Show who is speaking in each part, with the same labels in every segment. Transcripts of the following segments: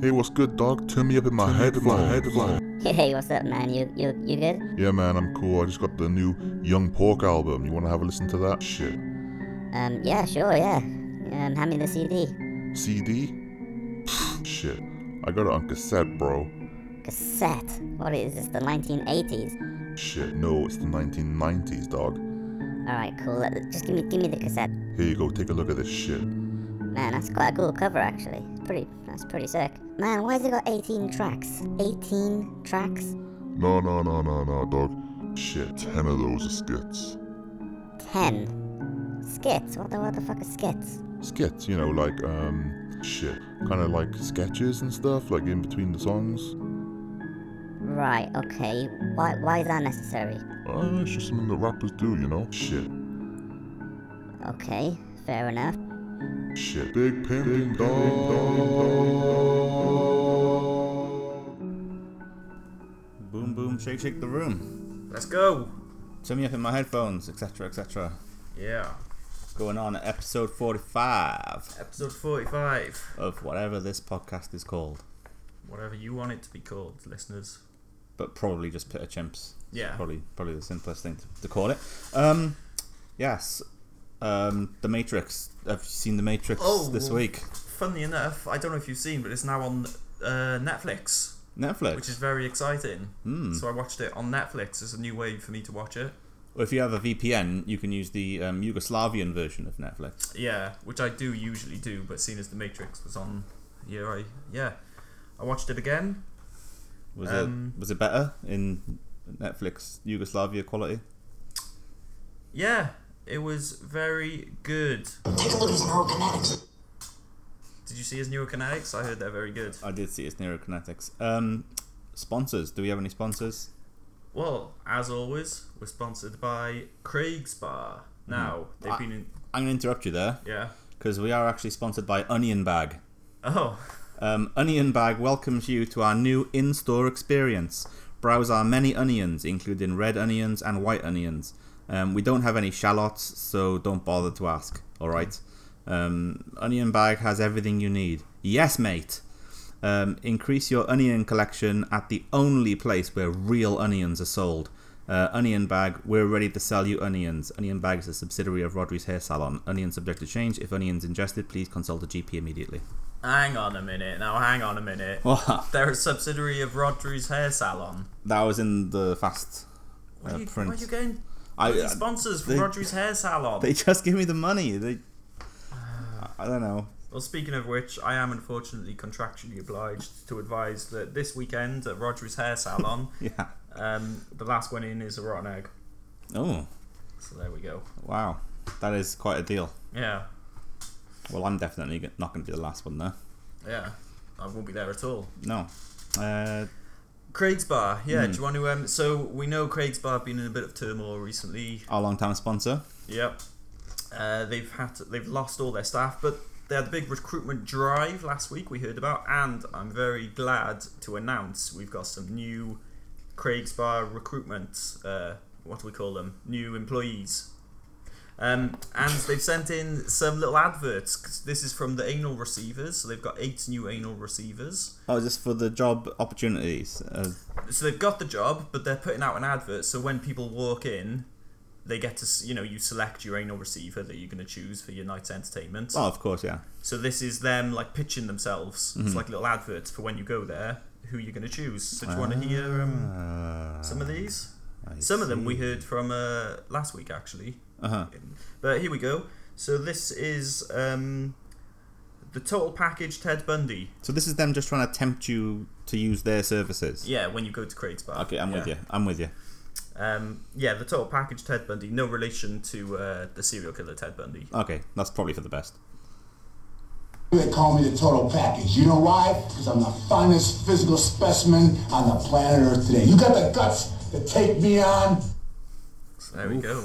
Speaker 1: Hey, what's good, dog? Turn me up in my head, in my head, in my head.
Speaker 2: Hey, what's up, man? You you you good?
Speaker 1: Yeah, man, I'm cool. I just got the new Young Pork album. You wanna have a listen to that shit?
Speaker 2: Um, yeah, sure, yeah. Um, hand me the CD.
Speaker 1: CD? Pfft, shit. I got it on cassette, bro.
Speaker 2: Cassette. What is this? The 1980s.
Speaker 1: Shit, no, it's the 1990s, dog.
Speaker 2: All right, cool. Uh, Just give me give me the cassette.
Speaker 1: Here you go, take a look at this shit.
Speaker 2: Man, that's quite a cool cover, actually. Pretty. That's pretty sick. Man, why has it got 18 tracks? 18 tracks?
Speaker 1: No, no, no, no, no, dog. Shit, ten of those are skits.
Speaker 2: 10 skits. What the what the fuck are skits?
Speaker 1: Skits, you know, like, um, shit. Kind of like sketches and stuff, like in between the songs.
Speaker 2: Right. Okay. Why why is that necessary?
Speaker 1: Uh, it's just something that rappers do, you know? Shit.
Speaker 2: Okay. Fair enough.
Speaker 1: Shit. Big pimping, dog.
Speaker 3: Boom, boom, shake, shake the room.
Speaker 4: Let's go.
Speaker 3: Turn me up in my headphones, etc., etc.
Speaker 4: Yeah.
Speaker 3: Going on at episode 45
Speaker 4: Episode 45.
Speaker 3: of whatever this podcast is called,
Speaker 4: Whatever you want it to be called, listeners.
Speaker 3: but probably just Pitter Chimps.
Speaker 4: Yeah.
Speaker 3: Probably, probably the simplest thing to, to call it. Um, yes. Um, the Matrix. Have you seen The Matrix
Speaker 4: Oh.
Speaker 3: this week?
Speaker 4: Funnily enough, I don't know if you've seen, but it's now on uh, Netflix,
Speaker 3: Netflix.
Speaker 4: which is very exciting. So I watched it on Netflix. It's a new way for me to watch it.
Speaker 3: Or if you have a VPN, you can use the um, Yugoslavian version of Netflix.
Speaker 4: Yeah, which I do usually do, but seeing as The Matrix was on here, I yeah, I watched it again.
Speaker 3: Was
Speaker 4: Um.
Speaker 3: it was it better in Netflix Yugoslavia quality?
Speaker 4: Yeah, it was very good.
Speaker 5: Take a look at his neurokinetics.
Speaker 4: Did you see his neurokinetics? I heard they're very good.
Speaker 3: I did see it's Neurokinetics. Um, sponsors. Do we have any sponsors?
Speaker 4: Well, as always, we're sponsored by Craig's Bar.
Speaker 3: Hmm.
Speaker 4: Now they've been in
Speaker 3: I'm going to interrupt you there
Speaker 4: yeah.
Speaker 3: because we are actually sponsored by Onion Bag.
Speaker 4: Oh,
Speaker 3: Um, Onion Bag welcomes you to our new in store experience. Browse our many onions, including red onions and white onions. Um, we don't have any shallots, so don't bother to ask, alright? Um, onion Bag has everything you need. Yes, mate! Um, increase your onion collection at the only place where real onions are sold. Uh, Onion Bag, we're ready to sell you onions. Onion Bag is a subsidiary of Rodri's Hair Salon. Onions subject to change. If onions ingested, please consult a GP immediately.
Speaker 4: hang on a minute. Now, hang on a minute.
Speaker 3: What?
Speaker 4: They're a subsidiary of Rodri's Hair Salon.
Speaker 3: That was in the fast.
Speaker 4: Where,
Speaker 3: Uh,
Speaker 4: are, you, where
Speaker 3: print.
Speaker 4: are you getting
Speaker 3: I,
Speaker 4: bloody sponsors from
Speaker 3: they-
Speaker 4: Rodri's Hair Salon?
Speaker 3: they just give me the money. They, I don't know.
Speaker 4: well, speaking of which, I am unfortunately contractually obliged to advise that this weekend at Rodri's Hair Salon,
Speaker 3: Yeah.
Speaker 4: um, the last one in is a rotten egg.
Speaker 3: Oh,
Speaker 4: So there we go.
Speaker 3: wow, that is quite a deal.
Speaker 4: Yeah,
Speaker 3: Well, I'm definitely g- not going to be the last one there.
Speaker 4: yeah. I won't be there at all.
Speaker 3: No. Uh,
Speaker 4: Craig's Bar, yeah. Do you want to? Um, so we know Craig's Bar have been in a bit of turmoil recently.
Speaker 3: our long-time sponsor.
Speaker 4: Yep. Uh, they've had to, they've lost all their staff, but they had a big recruitment drive last week we heard about, and I'm very glad to announce we've got some new Craig's Bar recruitment. Uh, what do we call them? New employees. Um, and they've sent in some little adverts. 'cause This is from the anal receivers, so they've got eight new anal receivers.
Speaker 3: Oh, just for the job opportunities. Uh,
Speaker 4: So they've got the job, but they're putting out an advert. So when people walk in, they get to s- you know you select your anal receiver that you're going to choose for your night's entertainment.
Speaker 3: oh, of course, yeah.
Speaker 4: So this is them like pitching themselves. It's
Speaker 3: Mm-hmm.
Speaker 4: like little adverts for when you go there, who you're going to choose. So do you want
Speaker 3: Ah.
Speaker 4: to hear um,
Speaker 3: Uh,
Speaker 4: some of these? Some of them we heard from uh, last week actually.
Speaker 3: Uh-huh.
Speaker 4: But here we go. So this is um, the total package Ted Bundy.
Speaker 3: So this is them just trying to tempt you to use their services.
Speaker 4: Yeah, when you go to Craig's Bar.
Speaker 3: Okay, I'm with
Speaker 4: Yeah.
Speaker 3: you. I'm with you.
Speaker 4: Um, yeah, the total package Ted Bundy, no relation to uh, the serial killer Ted Bundy.
Speaker 3: Okay, that's probably for the best.
Speaker 6: They call me the total package. You know why? Because I'm the finest physical specimen on the planet Earth today. You got the guts to take me on?
Speaker 4: So there we go.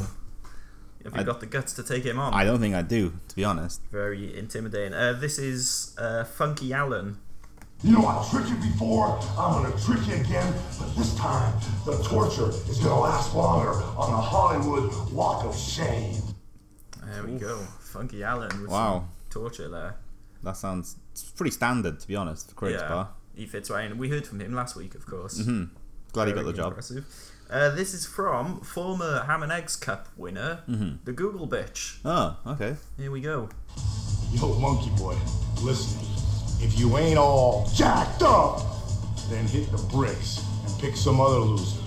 Speaker 4: Have you
Speaker 3: I-
Speaker 4: got the guts to take him on?
Speaker 3: I don't think I do, to be honest.
Speaker 4: Very intimidating. Uh, this is uh, Funky Allen.
Speaker 7: You know, I tricked you before, I'm gonna trick you again, but this time the torture is gonna last longer on the Hollywood Walk of Shame.
Speaker 4: There we go. Funky Allen with
Speaker 3: Wow.
Speaker 4: some torture there.
Speaker 3: that sounds it's pretty standard to be honest for Craig's
Speaker 4: yeah,
Speaker 3: bar.
Speaker 4: he fits right in. We heard from him last week, of course.
Speaker 3: Glad Mm-hmm. he got the
Speaker 4: Very
Speaker 3: job.
Speaker 4: impressive. Uh, this is from former Ham and Eggs Cup winner,
Speaker 3: Mm-hmm.
Speaker 4: the Google Bitch.
Speaker 3: Oh, okay.
Speaker 4: Here we go.
Speaker 7: Yo, monkey boy, listen. If you ain't all jacked up, then hit the bricks and pick some other loser.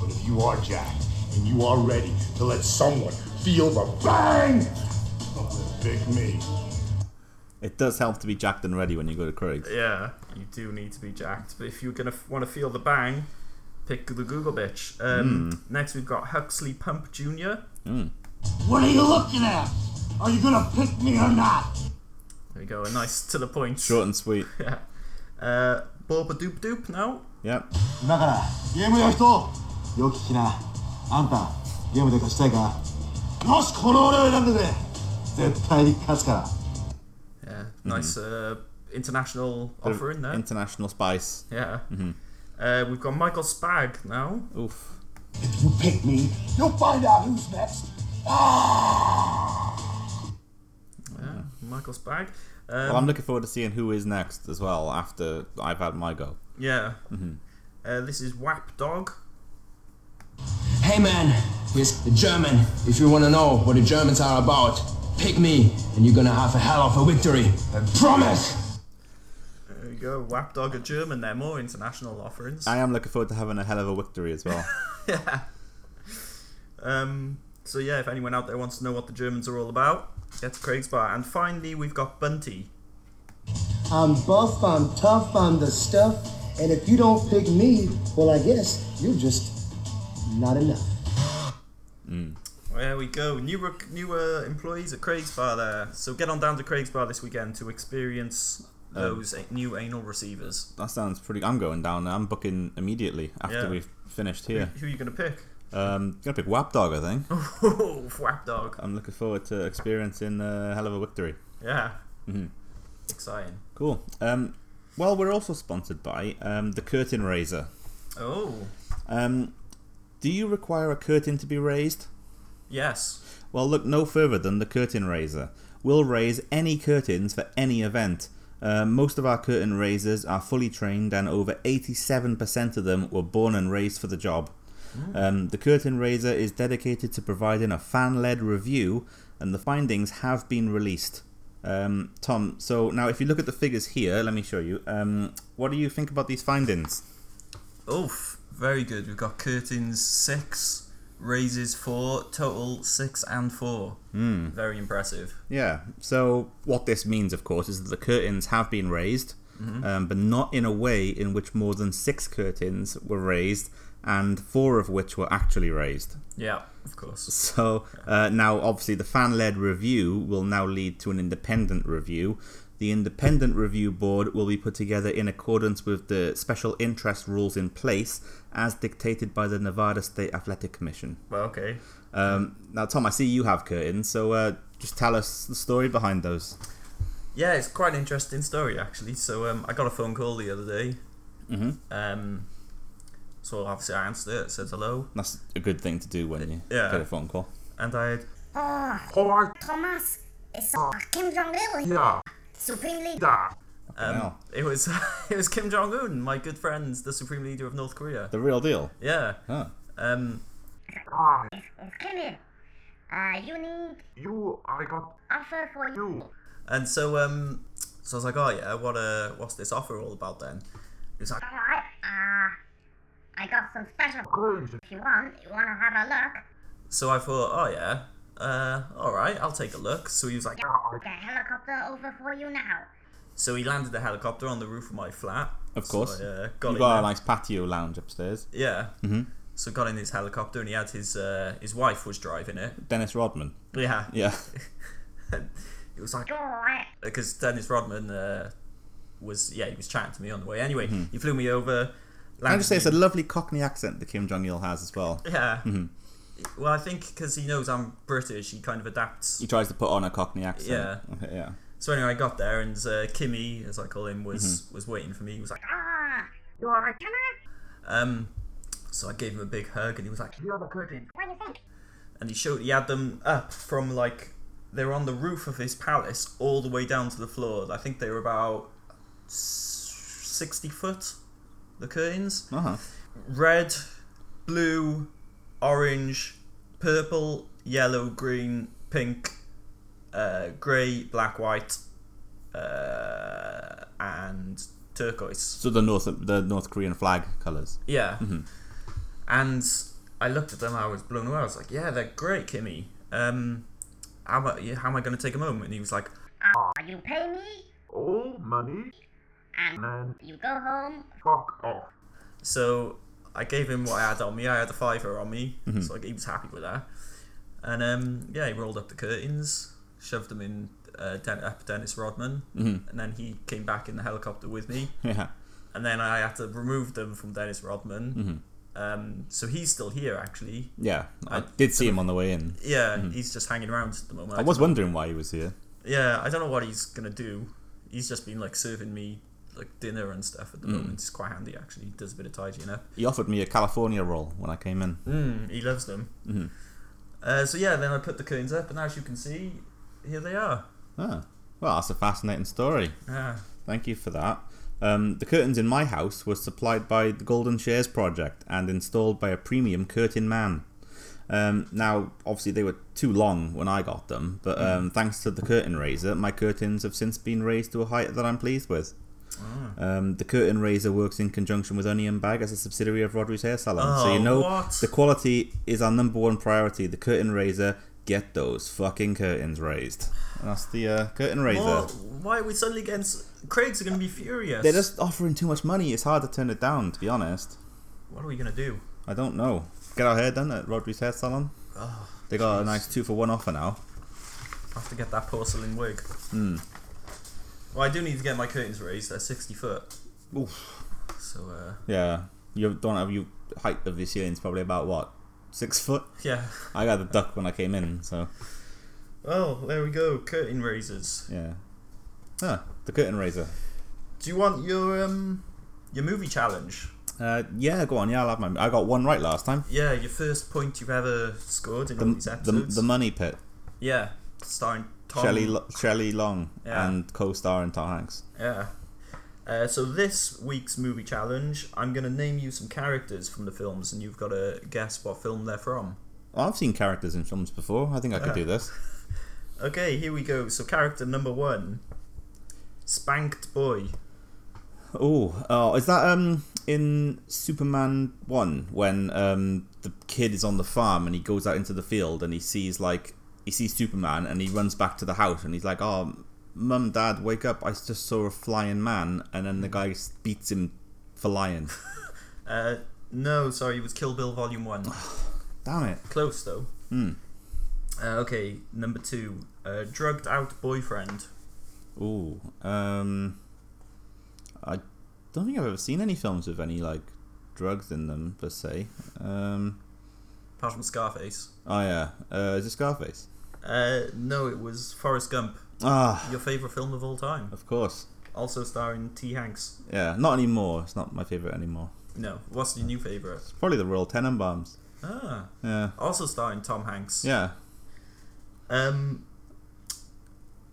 Speaker 7: But if you are jacked and you are ready to let someone feel the bang, then pick me.
Speaker 3: It does help to be jacked and ready when you go to Craig's.
Speaker 4: Yeah, you do need to be jacked, but if you're gonna f- want to feel the bang, pick the Google Bitch. Um, Next, we've got Huxley Pump Jr.
Speaker 7: What are you looking at? Are you gonna pick me or not?
Speaker 4: There we go, a nice to the point.
Speaker 3: Short and sweet.
Speaker 4: Yeah. Uh, Boba Doop Doop now.
Speaker 3: Yep.
Speaker 8: 今からゲームやる人よく聞きなあんたゲームで勝ちたいかよしこの俺を選んでくれ絶対に勝つから
Speaker 4: Yeah, nice uh, international offering there.
Speaker 3: International spice.
Speaker 4: yeah. Uh, we've got Michael Spag now.
Speaker 3: Oof.
Speaker 6: If you pick me, you'll find out who's next.
Speaker 4: Yeah, Michael Spag. Um,
Speaker 3: Well, I'm looking forward to seeing who is next as well after I've had my go.
Speaker 4: yeah. Uh, this is Wap Dog.
Speaker 9: Hey man, here's the German. If you wanna know what the Germans are about, pick me and you're gonna have a hell of a victory. I promise!
Speaker 4: There we go. Wap Dog, a German. They're more international offerings.
Speaker 3: I am looking forward to having a hell of a victory as well.
Speaker 4: Um, so yeah, if anyone out there wants to know what the Germans are all about, get to Craig's Bar. And finally, we've got Bunty.
Speaker 8: I'm buff I'm tough I'm the stuff and if you don't pick me well I guess you're just not enough
Speaker 4: There we go. New rec- new uh, employees at Craig's Bar there. So get on down to Craig's Bar this weekend to experience those a- new anal receivers.
Speaker 3: that sounds pretty. I'm going down. I'm booking immediately after
Speaker 4: Yeah.
Speaker 3: we've finished here.
Speaker 4: Who are you gonna pick?
Speaker 3: Um, gonna pick Wapdog, I think.
Speaker 4: Oh, Wap Dog.
Speaker 3: I'm looking forward to experiencing a hell of a victory.
Speaker 4: Yeah. Exciting.
Speaker 3: Cool. Um, well, we're also sponsored by um, the Curtain Raiser.
Speaker 4: Oh,
Speaker 3: Um, do you require a curtain to be raised?
Speaker 4: yes.
Speaker 3: Well, look no further than the curtain raiser. We'll raise any curtains for any event. Uh, most of our curtain raisers are fully trained, and over 87% of them were born and raised for the job. Um, the curtain raiser is dedicated to providing a fan led review, and the findings have been released. Um, Tom, so now if you look at the figures here, let me show you. Um, what do you think about these findings?
Speaker 4: Oof. Very good. We've got curtains six, raises four, total six and four. Very impressive.
Speaker 3: Yeah. So what this means, of course, is that the curtains have been raised, um, but not in a way in which more than six curtains were raised, and four of which were actually raised.
Speaker 4: Yeah, of course.
Speaker 3: So uh, now, obviously, the fan-led review will now lead to an independent review. The independent review board will be put together in accordance with the special interest rules in place, as dictated by the Nevada State Athletic Commission.
Speaker 4: Well, okay.
Speaker 3: Um, now, Tom, I see you have curtains, so uh, just tell us the story behind those.
Speaker 4: Yeah, it's quite an interesting story actually. So um, I got a phone call the other day. Mm-hmm. Um, so obviously I answered it, said hello,
Speaker 3: That's a good thing to do when you
Speaker 4: Yeah.
Speaker 3: get a phone call.
Speaker 4: and I had
Speaker 2: Thomas, it's Kim Jong Il.
Speaker 7: Yeah,
Speaker 2: Supreme Leader.
Speaker 4: um,
Speaker 3: Wow.
Speaker 4: it was it was Kim Jong Un, my good friends, the supreme leader of North Korea.
Speaker 3: The real deal. Oh,
Speaker 4: Yeah.
Speaker 3: Huh.
Speaker 4: Um,
Speaker 2: It's Kim. Uh, you need
Speaker 7: You, I got
Speaker 2: offer for you.
Speaker 4: and so um, so I was like, oh yeah, what uh, what's this offer all about then? He was like,
Speaker 2: Alright, uh, I got some special
Speaker 7: crazy.
Speaker 2: if you want. You wanna have a look?
Speaker 4: so I thought, oh yeah, uh, all right, I'll take a look. So he was like,
Speaker 2: The helicopter over for you now.
Speaker 4: so he landed the helicopter on the roof of my flat.
Speaker 3: Of course.
Speaker 4: So I, uh, got
Speaker 3: You've
Speaker 4: in
Speaker 3: got
Speaker 4: there.
Speaker 3: a nice patio lounge upstairs.
Speaker 4: Yeah. Mm-hmm. So got in his helicopter and he had his uh, his wife was driving it.
Speaker 3: Dennis Rodman.
Speaker 4: Yeah.
Speaker 3: Yeah.
Speaker 4: It was like
Speaker 2: Alright.
Speaker 4: because Dennis Rodman uh, was yeah he was chatting to me on the way. Anyway, he flew me over.
Speaker 3: Mm-hmm. I
Speaker 4: landed
Speaker 3: just say it's a
Speaker 4: me-
Speaker 3: lovely Cockney accent that Kim Jong Il has as well.
Speaker 4: yeah.
Speaker 3: Mm-hmm.
Speaker 4: Well, I think because he knows I'm British, he kind of adapts.
Speaker 3: He tries to put on a Cockney accent.
Speaker 4: Yeah.
Speaker 3: Okay, yeah.
Speaker 4: So anyway, I got there and uh, Kimmy, as I call him, was
Speaker 3: Mm-hmm.
Speaker 4: was waiting for me. He was like,
Speaker 2: Ah, you are a Thomas?
Speaker 4: um. So I gave him a big hug and he was like,
Speaker 2: What do you think?
Speaker 4: and he showed he had them up from like They're on the roof of his palace all the way down to the floor. I think they were about s- 60 foot, the curtains.
Speaker 3: Uh huh.
Speaker 4: Red, blue, orange, purple, yellow, green, pink, uh, grey, black, white, uh, and turquoise.
Speaker 3: So the North the North Korean flag colours.
Speaker 4: Yeah.
Speaker 3: Mm-hmm.
Speaker 4: And I looked at them. I was blown away. I was like, "Yeah, they're great, Kimmy. Um, how am I, how am I going to take them home?" And he was like,
Speaker 10: Are you pay me?
Speaker 7: All money?
Speaker 10: And
Speaker 7: Man,
Speaker 10: you go home.
Speaker 7: fuck off.
Speaker 4: "So I gave him what I had on me. I had a fiver on me,
Speaker 3: Mm-hmm.
Speaker 4: so like, he was happy with that." And um, yeah, he rolled up the curtains, shoved them in uh, Den- up Dennis Rodman,
Speaker 3: Mm-hmm.
Speaker 4: and then he came back in the helicopter with me.
Speaker 3: Yeah.
Speaker 4: and then I had to remove them from Dennis Rodman.
Speaker 3: Mm-hmm.
Speaker 4: Um, so he's still here, actually.
Speaker 3: Yeah. I,
Speaker 4: I
Speaker 3: did see him on the way in.
Speaker 4: Yeah, he's just hanging around at the moment.
Speaker 3: Mm-hmm. I was wondering why he was here.
Speaker 4: Yeah, I don't know what he's gonna do. He's just been like serving me like dinner and stuff at the moment. It's quite handy actually. He does a bit of tidying up.
Speaker 3: He offered me a California roll when I came in.
Speaker 4: Mm, he loves them. Uh, so yeah, then I put the curtains up, and as you can see, here they are.
Speaker 3: Ah. Well, that's a fascinating story.
Speaker 4: Ah,
Speaker 3: Thank you for that. Um, the curtains in my house were supplied by the Golden Shares Project and installed by a premium curtain man. Um, now, obviously, they were too long when I got them, but
Speaker 4: Mm.
Speaker 3: um, thanks to the curtain raiser, my curtains have since been raised to a height that I'm pleased with.
Speaker 4: Ah.
Speaker 3: Um, the curtain raiser works in conjunction with Onion Bag as a subsidiary of Rodri's Hair Salon, so
Speaker 4: Oh,
Speaker 3: you know
Speaker 4: what?
Speaker 3: the quality is our number one priority. The curtain raiser, get those fucking curtains raised. And that's the uh, curtain raiser.
Speaker 4: Well, why are we suddenly getting? s- Craig's are gonna be furious.
Speaker 3: They're just offering too much money. It's hard to turn it down, to be honest.
Speaker 4: What are we gonna do?
Speaker 3: I don't know. Get our hair done at Rodri's Hair Salon.
Speaker 4: Oh,
Speaker 3: they got a nice two for one offer now.
Speaker 4: I have to get that porcelain wig. Hmm. Well, I do need to get my curtains raised. They're sixty foot.
Speaker 3: Oof.
Speaker 4: So uh,
Speaker 3: Yeah. You don't have your height of your ceiling's probably about what? Six foot?
Speaker 4: yeah.
Speaker 3: I got the duck when I came in, so
Speaker 4: Well, there we go. Curtain raisers.
Speaker 3: yeah. Ah, the curtain raiser.
Speaker 4: Do you want your um your movie challenge?
Speaker 3: Uh, yeah, go on. Yeah, I'll have my. I got one right last time.
Speaker 4: Yeah, your first point you've ever scored in
Speaker 3: The,
Speaker 4: all these
Speaker 3: the,
Speaker 4: episodes.
Speaker 3: the money pit.
Speaker 4: yeah, starring Tom.
Speaker 3: Shelley, Lo- Shelley Long
Speaker 4: Yeah.
Speaker 3: and co-star and Tom Hanks.
Speaker 4: Yeah. Uh, so this week's movie challenge, I'm gonna name you some characters from the films, and you've got to guess what film they're from.
Speaker 3: I've seen characters in films before. I think I could do this.
Speaker 4: Okay, here we go. So character number one, spanked boy.
Speaker 3: Oh, oh, is that um in Superman one when um the kid is on the farm and he goes out into the field and he sees like he sees Superman and he runs back to the house and he's like, "Oh, mum, dad, wake up! I just saw a flying man," and then the guy s- beats him for lying.
Speaker 4: Uh, no, sorry, it was Kill Bill Volume 1.
Speaker 3: Damn it!
Speaker 4: Close, though.
Speaker 3: Hmm.
Speaker 4: Uh, okay, number two. Uh, drugged out boyfriend.
Speaker 3: Ooh, um, I don't think I've ever seen any films with any like drugs in them per se. Um,
Speaker 4: Apart from Scarface.
Speaker 3: oh yeah, uh, is it Scarface?
Speaker 4: Uh, no, it was Forrest Gump.
Speaker 3: Ah,
Speaker 4: Your favourite film of all time.
Speaker 3: of course.
Speaker 4: Also starring T. Hanks.
Speaker 3: Yeah, not anymore. It's not my favorite anymore.
Speaker 4: No, what's your new favourite?
Speaker 3: It's probably the Royal Tenenbaums.
Speaker 4: Ah,
Speaker 3: Yeah,
Speaker 4: also starring Tom Hanks.
Speaker 3: yeah.
Speaker 4: Um,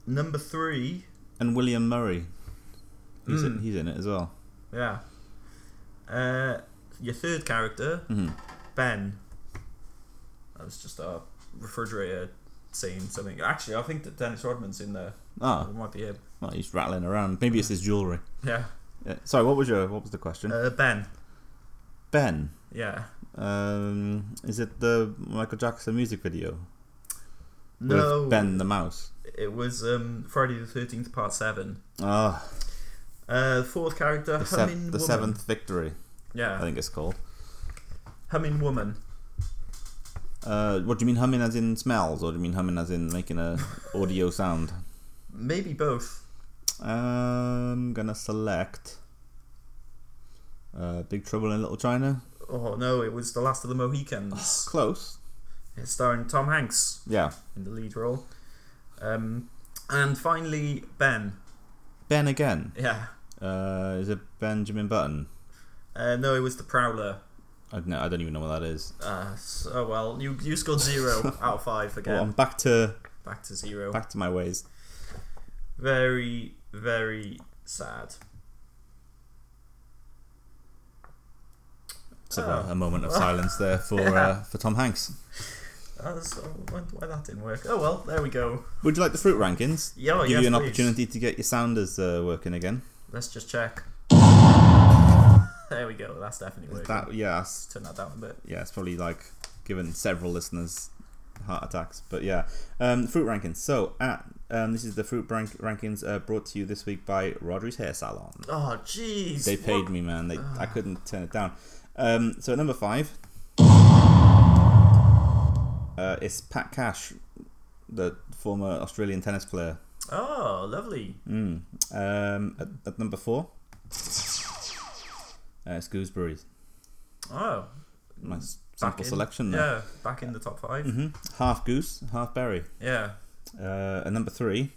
Speaker 4: number three.
Speaker 3: And William Murray. He's,
Speaker 4: Hmm.
Speaker 3: in, he's in it as well.
Speaker 4: Yeah. Uh, your third character, Ben. That was just a refrigerator saying something. Actually, I think that Dennis Rodman's in there. It
Speaker 3: Oh,
Speaker 4: might be him.
Speaker 3: well, he's rattling around. Maybe it's his jewelry.
Speaker 4: Yeah.
Speaker 3: Yeah. Sorry, what was your what was the question?
Speaker 4: Uh, ben.
Speaker 3: ben.
Speaker 4: Yeah.
Speaker 3: Um, is it the Michael Jackson music video with
Speaker 4: No.
Speaker 3: Ben the mouse?
Speaker 4: It was um, Friday the Thirteenth Part Seven.
Speaker 3: Ah,
Speaker 4: Uh, fourth character,
Speaker 3: the, sev-
Speaker 4: humming
Speaker 3: the
Speaker 4: woman.
Speaker 3: seventh victory.
Speaker 4: Yeah.
Speaker 3: I think it's called.
Speaker 4: Humming woman.
Speaker 3: Uh, what do you mean humming as in smells, or do you mean humming as in making a audio sound?
Speaker 4: Maybe both.
Speaker 3: I'm gonna select uh, Big Trouble in Little China.
Speaker 4: Oh no! It was the Last of the Mohicans,
Speaker 3: Close.
Speaker 4: It's starring Tom Hanks
Speaker 3: Yeah.
Speaker 4: in the lead role. Um, and finally, Ben.
Speaker 3: Ben again.
Speaker 4: Yeah.
Speaker 3: Uh, is it Benjamin Button?
Speaker 4: Uh, no, it was the Prowler.
Speaker 3: I don't, know, I don't even know what that is.
Speaker 4: Uh, so, oh well, you you scored zero out of five
Speaker 3: Well,
Speaker 4: again.
Speaker 3: I'm back to
Speaker 4: back to zero.
Speaker 3: Back to my ways.
Speaker 4: Very, very sad.
Speaker 3: It's about
Speaker 4: Oh.
Speaker 3: a moment of silence there for uh, for Tom Hanks.
Speaker 4: That's, Uh, why, why that didn't work? Oh well, there we go.
Speaker 3: Would you like the fruit rankings?
Speaker 4: Yeah,
Speaker 3: Give
Speaker 4: yes,
Speaker 3: you an
Speaker 4: please.
Speaker 3: opportunity to get your sounders uh, working again.
Speaker 4: Let's just check. There we go. That's definitely working.
Speaker 3: That yeah, that's-
Speaker 4: Turn that down a bit.
Speaker 3: yeah, it's probably like given several listeners heart attacks. But yeah, um, fruit rankings. So at um, this is the fruit rank- rankings uh, brought to you this week by Rodri's Hair Salon.
Speaker 4: Oh jeez.
Speaker 3: They paid
Speaker 4: what-
Speaker 3: me, man. They, I couldn't turn it down. Um, so at number five, uh, it's Pat Cash, the former Australian tennis player.
Speaker 4: Oh, lovely.
Speaker 3: Mm. Um, at, at number four, uh, it's Gooseberries.
Speaker 4: Oh,
Speaker 3: My s-
Speaker 4: back
Speaker 3: sample
Speaker 4: in-
Speaker 3: selection there.
Speaker 4: Yeah, back in the top 5
Speaker 3: hmm Half goose, half berry.
Speaker 4: Yeah.
Speaker 3: Uh, and number three,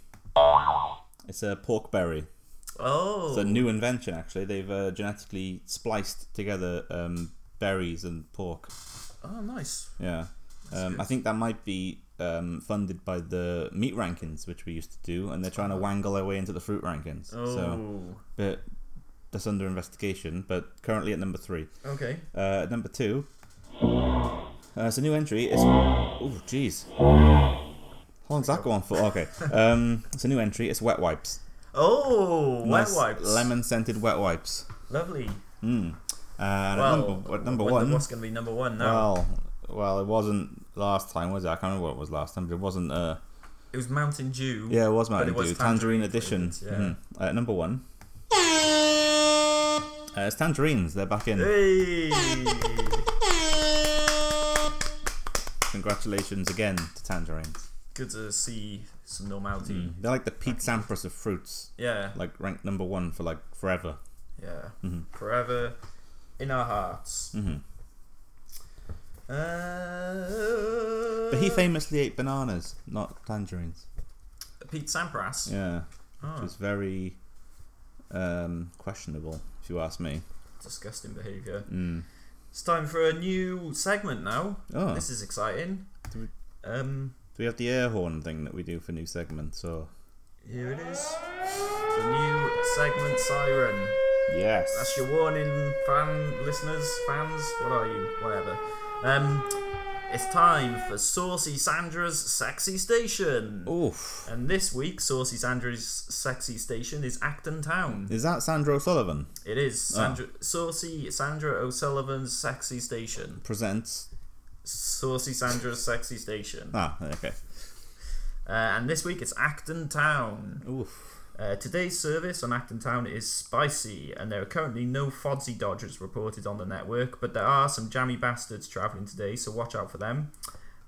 Speaker 3: it's a pork berry.
Speaker 4: Oh.
Speaker 3: It's a new invention, actually. They've uh, genetically spliced together um, berries and pork.
Speaker 4: Oh, nice.
Speaker 3: Yeah. Um, I think that might be um, funded by the meat rankings, which we used to do, and they're trying to wangle their way into the fruit rankings. So,
Speaker 4: Oh.
Speaker 3: but that's under investigation, but currently at number three.
Speaker 4: Okay.
Speaker 3: Uh, at number two, uh, it's a new entry. It's. Oh, jeez. How long's that go on for? Okay. Um, it's a new entry. It's wet wipes.
Speaker 4: Oh,
Speaker 3: Nice
Speaker 4: wet wipes.
Speaker 3: Lemon scented wet wipes.
Speaker 4: Lovely.
Speaker 3: Mm. Uh, and
Speaker 4: Well,
Speaker 3: at number, at number
Speaker 4: wonder
Speaker 3: one.
Speaker 4: what's gonna be number one now.
Speaker 3: Well, well, it wasn't last time, was it? I can't remember what it was last time, but it wasn't. Uh,
Speaker 4: It was Mountain Dew.
Speaker 3: yeah, it was
Speaker 4: but
Speaker 3: Mountain Dew. Tangerine, Edition.
Speaker 4: flavours, Yeah.
Speaker 3: Mhm. Uh, number one. Uh, it's tangerines. They're back in. Congratulations again to tangerines.
Speaker 4: Good to see some normality.
Speaker 3: They're like the Pete Sampras of fruits.
Speaker 4: Yeah.
Speaker 3: Like ranked number one for like forever.
Speaker 4: Yeah.
Speaker 3: Mhm.
Speaker 4: Forever in our hearts.
Speaker 3: hmm
Speaker 4: Uh,
Speaker 3: But he famously ate bananas, not tangerines.
Speaker 4: Pete Sampras.
Speaker 3: Yeah.
Speaker 4: Oh.
Speaker 3: Which was very um, questionable, if you ask me.
Speaker 4: Disgusting behaviour.
Speaker 3: Mm.
Speaker 4: It's time for a new segment now.
Speaker 3: Oh.
Speaker 4: This is exciting. Um,
Speaker 3: Do we have the air horn thing that we do for new segments or
Speaker 4: here it is. The new segment siren.
Speaker 3: Yes.
Speaker 4: That's your warning, fan listeners, fans, what are you? Whatever. Um, it's time for Saucy Sandra's Sexy Station.
Speaker 3: Oh. Oof.
Speaker 4: And this week, Saucy Sandra's Sexy Station is Acton Town.
Speaker 3: Is that Sandra O'Sullivan?
Speaker 4: It is
Speaker 3: Oh.
Speaker 4: Sandra, Saucy Sandra O'Sullivan's Sexy Station.
Speaker 3: Presents
Speaker 4: Saucy Sandra's Sexy Station.
Speaker 3: Ah, okay.
Speaker 4: Uh, and this week it's Acton Town.
Speaker 3: Oof.
Speaker 4: Uh, today's service on Acton Town is spicy, and there are currently no Fodsy Dodgers reported on the network, but there are some jammy bastards travelling today, so watch out for them.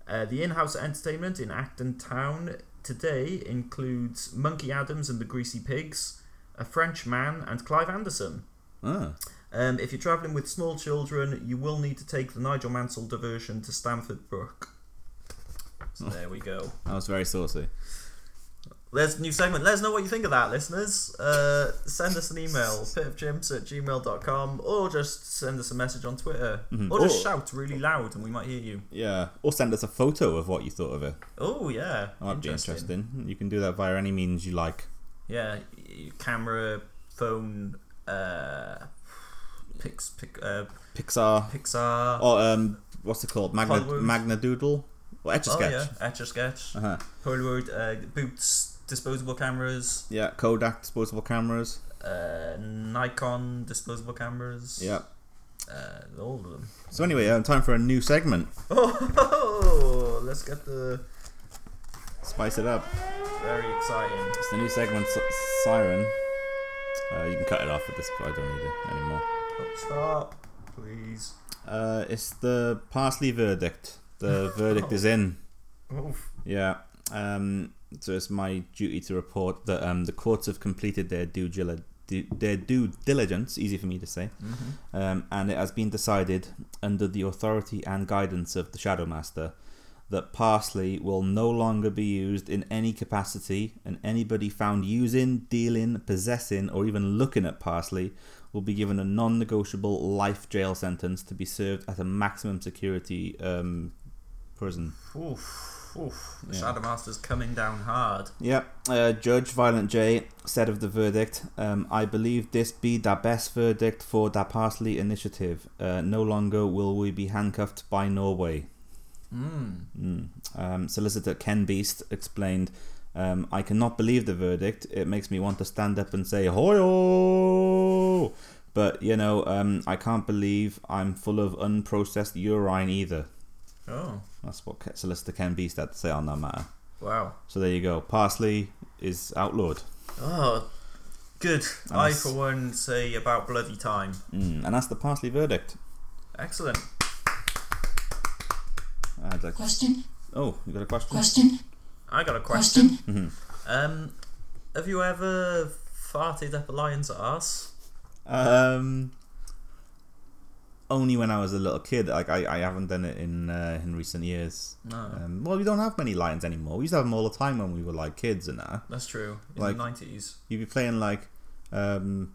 Speaker 4: Uh, the in house entertainment in Acton Town today includes Monkey Adams and the Greasy Pigs, a French man, and Clive Anderson.
Speaker 3: Ah.
Speaker 4: Um, if you're travelling with small children, you will need to take the Nigel Mansell diversion to Stamford Brook. So there we go.
Speaker 3: That was very saucy.
Speaker 4: There's a new segment. Let us know what you think of that, listeners. Uh, send us an email, pitofchimps at gmail.com, or just send us a message on Twitter.
Speaker 3: Mhm.
Speaker 4: Or just
Speaker 3: Or-
Speaker 4: shout really loud and we might hear you.
Speaker 3: Yeah. Or send us a photo of what you thought of it.
Speaker 4: Oh, yeah.
Speaker 3: That might be interesting. You can do that via any means you like.
Speaker 4: Yeah, y- camera, phone, uh, pix, pic, uh,
Speaker 3: Pixar.
Speaker 4: Pixar.
Speaker 3: Or um what's it called? Magna
Speaker 4: Hollywood.
Speaker 3: Magna Doodle? Or Etch a
Speaker 4: oh,
Speaker 3: Sketch.
Speaker 4: yeah, Etch a Sketch.
Speaker 3: Uh-huh.
Speaker 4: Polaroid uh, boots, disposable cameras,
Speaker 3: Yeah, Kodak disposable cameras.
Speaker 4: uh, Nikon disposable cameras.
Speaker 3: Yeah.
Speaker 4: Uh, all of them.
Speaker 3: So anyway, um, time for a new segment.
Speaker 4: Oh, let's get the
Speaker 3: Spice it up.
Speaker 4: very exciting.
Speaker 3: It's the new segment, S- Siren. Uh, you can cut it off at this point. I don't need it anymore.
Speaker 4: Stop, please.
Speaker 3: Uh, it's the Parsley verdict. The verdict is in.
Speaker 4: Oof.
Speaker 3: Yeah. Um, so it's my duty to report that um, the courts have completed their due, gil- du- their due diligence, easy for me to say, um, and it has been decided under the authority and guidance of the Shadow Master that parsley will no longer be used in any capacity, and anybody found using, dealing, possessing, or even looking at parsley will be given a non-negotiable life jail sentence to be served at a maximum security um, prison.
Speaker 4: Oof. Oof, the
Speaker 3: Yeah.
Speaker 4: Shadow Master's coming down hard.
Speaker 3: Yep. Uh, Judge Violent J said of the verdict, um, I believe this be the best verdict for the Parsley initiative. Uh, no longer will we be handcuffed by Norway.
Speaker 4: Mm.
Speaker 3: Mm. Um, Solicitor Ken Beast explained, um, I cannot believe the verdict. It makes me want to stand up and say, Hoyo! But, you know, um, I can't believe I'm full of unprocessed urine either.
Speaker 4: Oh,
Speaker 3: That's what Ke- Solicitor Ken Beast had to say on that matter.
Speaker 4: wow.
Speaker 3: So there you go. Parsley is outlawed.
Speaker 4: Oh, good.
Speaker 3: And
Speaker 4: I,
Speaker 3: that's-
Speaker 4: for one, say about bloody time.
Speaker 3: Mm, and that's the Parsley verdict.
Speaker 4: Excellent.
Speaker 3: I'd like-
Speaker 5: Question?
Speaker 3: Oh, you got a question?
Speaker 5: Question?
Speaker 4: I got a question.
Speaker 5: Question?
Speaker 3: Mhm.
Speaker 4: Um, have you ever farted up a lion's arse?
Speaker 3: Um, only when I was a little kid. Like I, I haven't done it in uh, in recent years.
Speaker 4: No.
Speaker 3: Um, well, we don't have many lions anymore. We used to have them all the time when we were like kids and that.
Speaker 4: That's true. In
Speaker 3: Like-
Speaker 4: the nineties.
Speaker 3: You'd be playing like, um,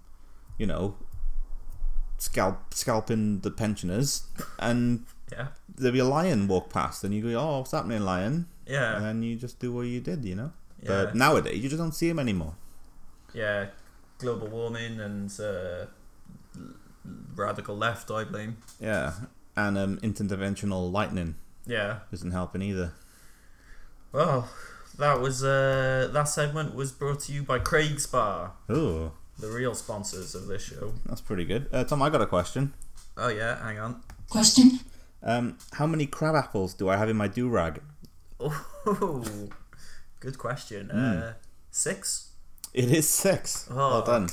Speaker 3: you know, scalp scalping the pensioners, and
Speaker 4: Yeah.
Speaker 3: there'd be a lion walk past, and you go, "Oh, what's happening, lion?"
Speaker 4: Yeah.
Speaker 3: And then you just do what you did, you know.
Speaker 4: Yeah.
Speaker 3: But nowadays, you just don't see them anymore.
Speaker 4: Yeah. Global warming and uh, l- radical left. I blame.
Speaker 3: Yeah, and um, interdimensional lightning
Speaker 4: Yeah.
Speaker 3: isn't helping either.
Speaker 4: Well, that was uh, that segment was brought to you by Craig's Bar,
Speaker 3: Ooh,
Speaker 4: the real sponsors of this show.
Speaker 3: that's pretty good. Uh, Tom, I got a question.
Speaker 4: Oh yeah, hang on.
Speaker 5: Question?
Speaker 3: Um, how many crab apples do I have in my do rag?
Speaker 4: Oh, good question.
Speaker 3: Hmm.
Speaker 4: Uh, six.
Speaker 3: It is six. Well
Speaker 4: Oh.
Speaker 3: done.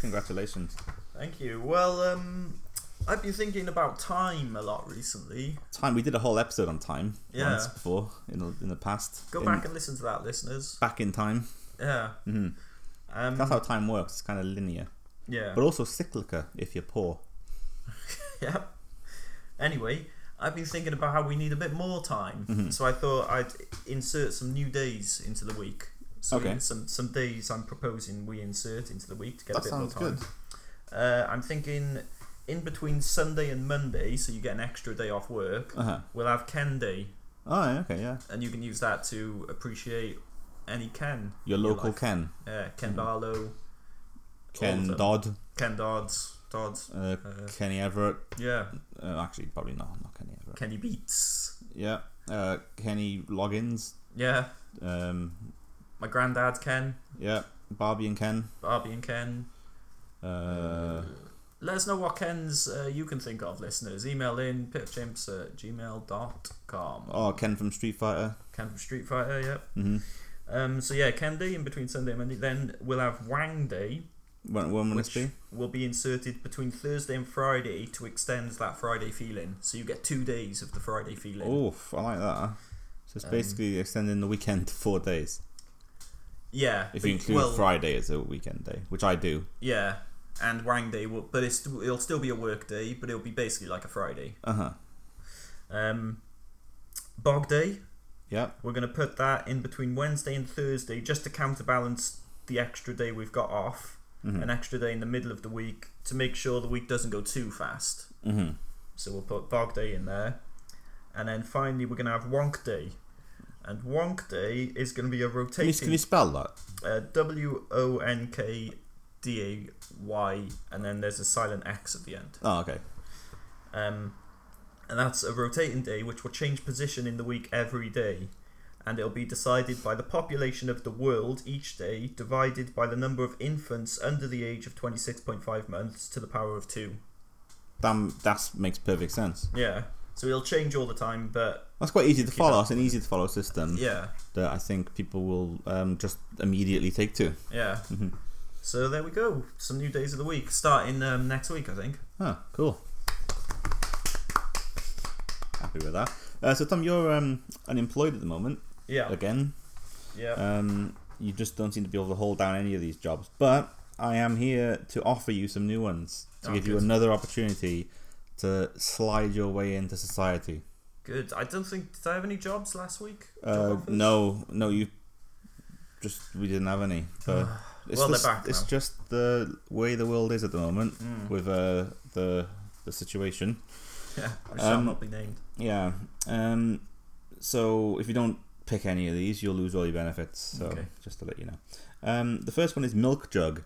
Speaker 3: Congratulations.
Speaker 4: Thank you. Well, um, I've been thinking about time a lot recently.
Speaker 3: Time. We did a whole episode on time
Speaker 4: Yeah.
Speaker 3: once before in the, in the past.
Speaker 4: Go
Speaker 3: in,
Speaker 4: back and listen to that, listeners.
Speaker 3: back in time.
Speaker 4: Yeah.
Speaker 3: Mhm.
Speaker 4: Um,
Speaker 3: That's how time works. It's kind of linear,
Speaker 4: yeah.
Speaker 3: but also cyclical if you're poor.
Speaker 4: yeah. Anyway, I've been thinking about how we need a bit more time.
Speaker 3: Mm-hmm.
Speaker 4: So I thought I'd insert some new days into the week. So
Speaker 3: Okay.
Speaker 4: some some days I'm proposing we insert into the week to get
Speaker 3: That
Speaker 4: a bit
Speaker 3: sounds
Speaker 4: more time. Uh, I'm thinking in between Sunday and Monday, so you get an extra day off work.
Speaker 3: Uh-huh.
Speaker 4: We'll have Ken Day,
Speaker 3: Oh, yeah, okay, yeah.
Speaker 4: and you can use that to appreciate any Ken.
Speaker 3: Your
Speaker 4: in
Speaker 3: local
Speaker 4: life.
Speaker 3: Ken,
Speaker 4: Yeah, Ken Barlow,
Speaker 3: Ken
Speaker 4: them.
Speaker 3: Dodd,
Speaker 4: Ken Dodds, Dodds.
Speaker 3: uh,
Speaker 4: Uh-huh.
Speaker 3: Kenny Everett.
Speaker 4: yeah,
Speaker 3: Uh, actually, probably not. Not Kenny Everett.
Speaker 4: Kenny Beats.
Speaker 3: Yeah. Uh, Kenny Loggins.
Speaker 4: Yeah,
Speaker 3: Um,
Speaker 4: my granddad Ken,
Speaker 3: yeah. Barbie and Ken.
Speaker 4: Barbie and Ken.
Speaker 3: Uh,
Speaker 4: Let us know what Kens uh, you can think of, listeners. Email in pitchimps at gmail.com.
Speaker 3: oh, Ken from Street Fighter.
Speaker 4: Ken from Street Fighter, yep.
Speaker 3: Mm-hmm.
Speaker 4: Um, so, yeah, Ken Day in between Sunday and Monday. Then we'll have Wang Day,
Speaker 3: When, when will
Speaker 4: which
Speaker 3: this be?
Speaker 4: will be inserted between Thursday and Friday to extend that Friday feeling. So, you get two days of the Friday feeling.
Speaker 3: Oof, I like that. So
Speaker 4: Um,
Speaker 3: it's basically extending the weekend to four days.
Speaker 4: Yeah.
Speaker 3: If
Speaker 4: but-
Speaker 3: you include
Speaker 4: well,
Speaker 3: Friday as a weekend day, which I do.
Speaker 4: Yeah, and Wang Day will, but it's it'll still be a work day, but it'll be basically like a Friday.
Speaker 3: Uh huh.
Speaker 4: Um, Bog Day,
Speaker 3: Yep.
Speaker 4: we're gonna put that in between Wednesday and Thursday just to counterbalance the extra day we've got off,
Speaker 3: Mm-hmm.
Speaker 4: an extra day in the middle of the week to make sure the week doesn't go too fast.
Speaker 3: Mm-hmm.
Speaker 4: So we'll put Bog Day in there, and then finally we're gonna have Wonk Day, and Wonk Day is gonna be a
Speaker 3: Can you, can
Speaker 4: rotating
Speaker 3: you spell that?
Speaker 4: uh, W O N K D A Y, and then there's a silent X at the end.
Speaker 3: Oh, okay.
Speaker 4: Um, and that's a rotating day which will change position in the week every day. And it'll be decided by the population of the world each day divided by the number of infants under the age of 26.5 months to the power of 2.
Speaker 3: Damn, that makes perfect sense.
Speaker 4: Yeah. So it'll change all the time, but
Speaker 3: That's quite easy to follow. It's an easy to follow system
Speaker 4: yeah.
Speaker 3: that I think people will um, just immediately take to.
Speaker 4: Yeah.
Speaker 3: Mm-hmm.
Speaker 4: So there we go. Some new days of the week starting um, next week, I think.
Speaker 3: Oh, cool. Happy with that. Uh, so, Tom, you're um, unemployed at the moment
Speaker 4: Yeah.
Speaker 3: again.
Speaker 4: Yeah.
Speaker 3: Um, you just don't seem to be able to hold down any of these jobs. But I am here to offer you some new ones to
Speaker 4: Oh,
Speaker 3: give you
Speaker 4: good.
Speaker 3: another opportunity to slide your way into society.
Speaker 4: Good. I don't think did I have any jobs last week? Job
Speaker 3: Uh,
Speaker 4: offers?
Speaker 3: no, no, you just we didn't have any. But it's
Speaker 4: Well, they're
Speaker 3: just,
Speaker 4: back
Speaker 3: It's
Speaker 4: now. Hmm.
Speaker 3: just the way the world is at the moment with uh, the the situation.
Speaker 4: Yeah, I shall
Speaker 3: Um,
Speaker 4: not be named.
Speaker 3: Yeah. Um, so if you don't pick any of these, you'll lose all your benefits. So
Speaker 4: Okay.
Speaker 3: just to let you know. Um, the first one is milk jug.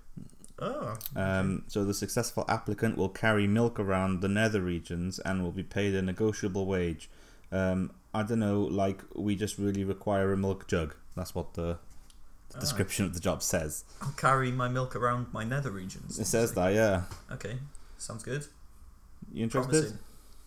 Speaker 4: Oh,
Speaker 3: Um, so the successful applicant will carry milk around the nether regions and will be paid a negotiable wage. Um, I don't know, like we just really require a milk jug. That's what the,
Speaker 4: Ah,
Speaker 3: the description of the job says.
Speaker 4: I'll carry my milk around my nether regions.
Speaker 3: It says that, yeah.
Speaker 4: Okay, sounds good.
Speaker 3: You interested?
Speaker 4: Promising.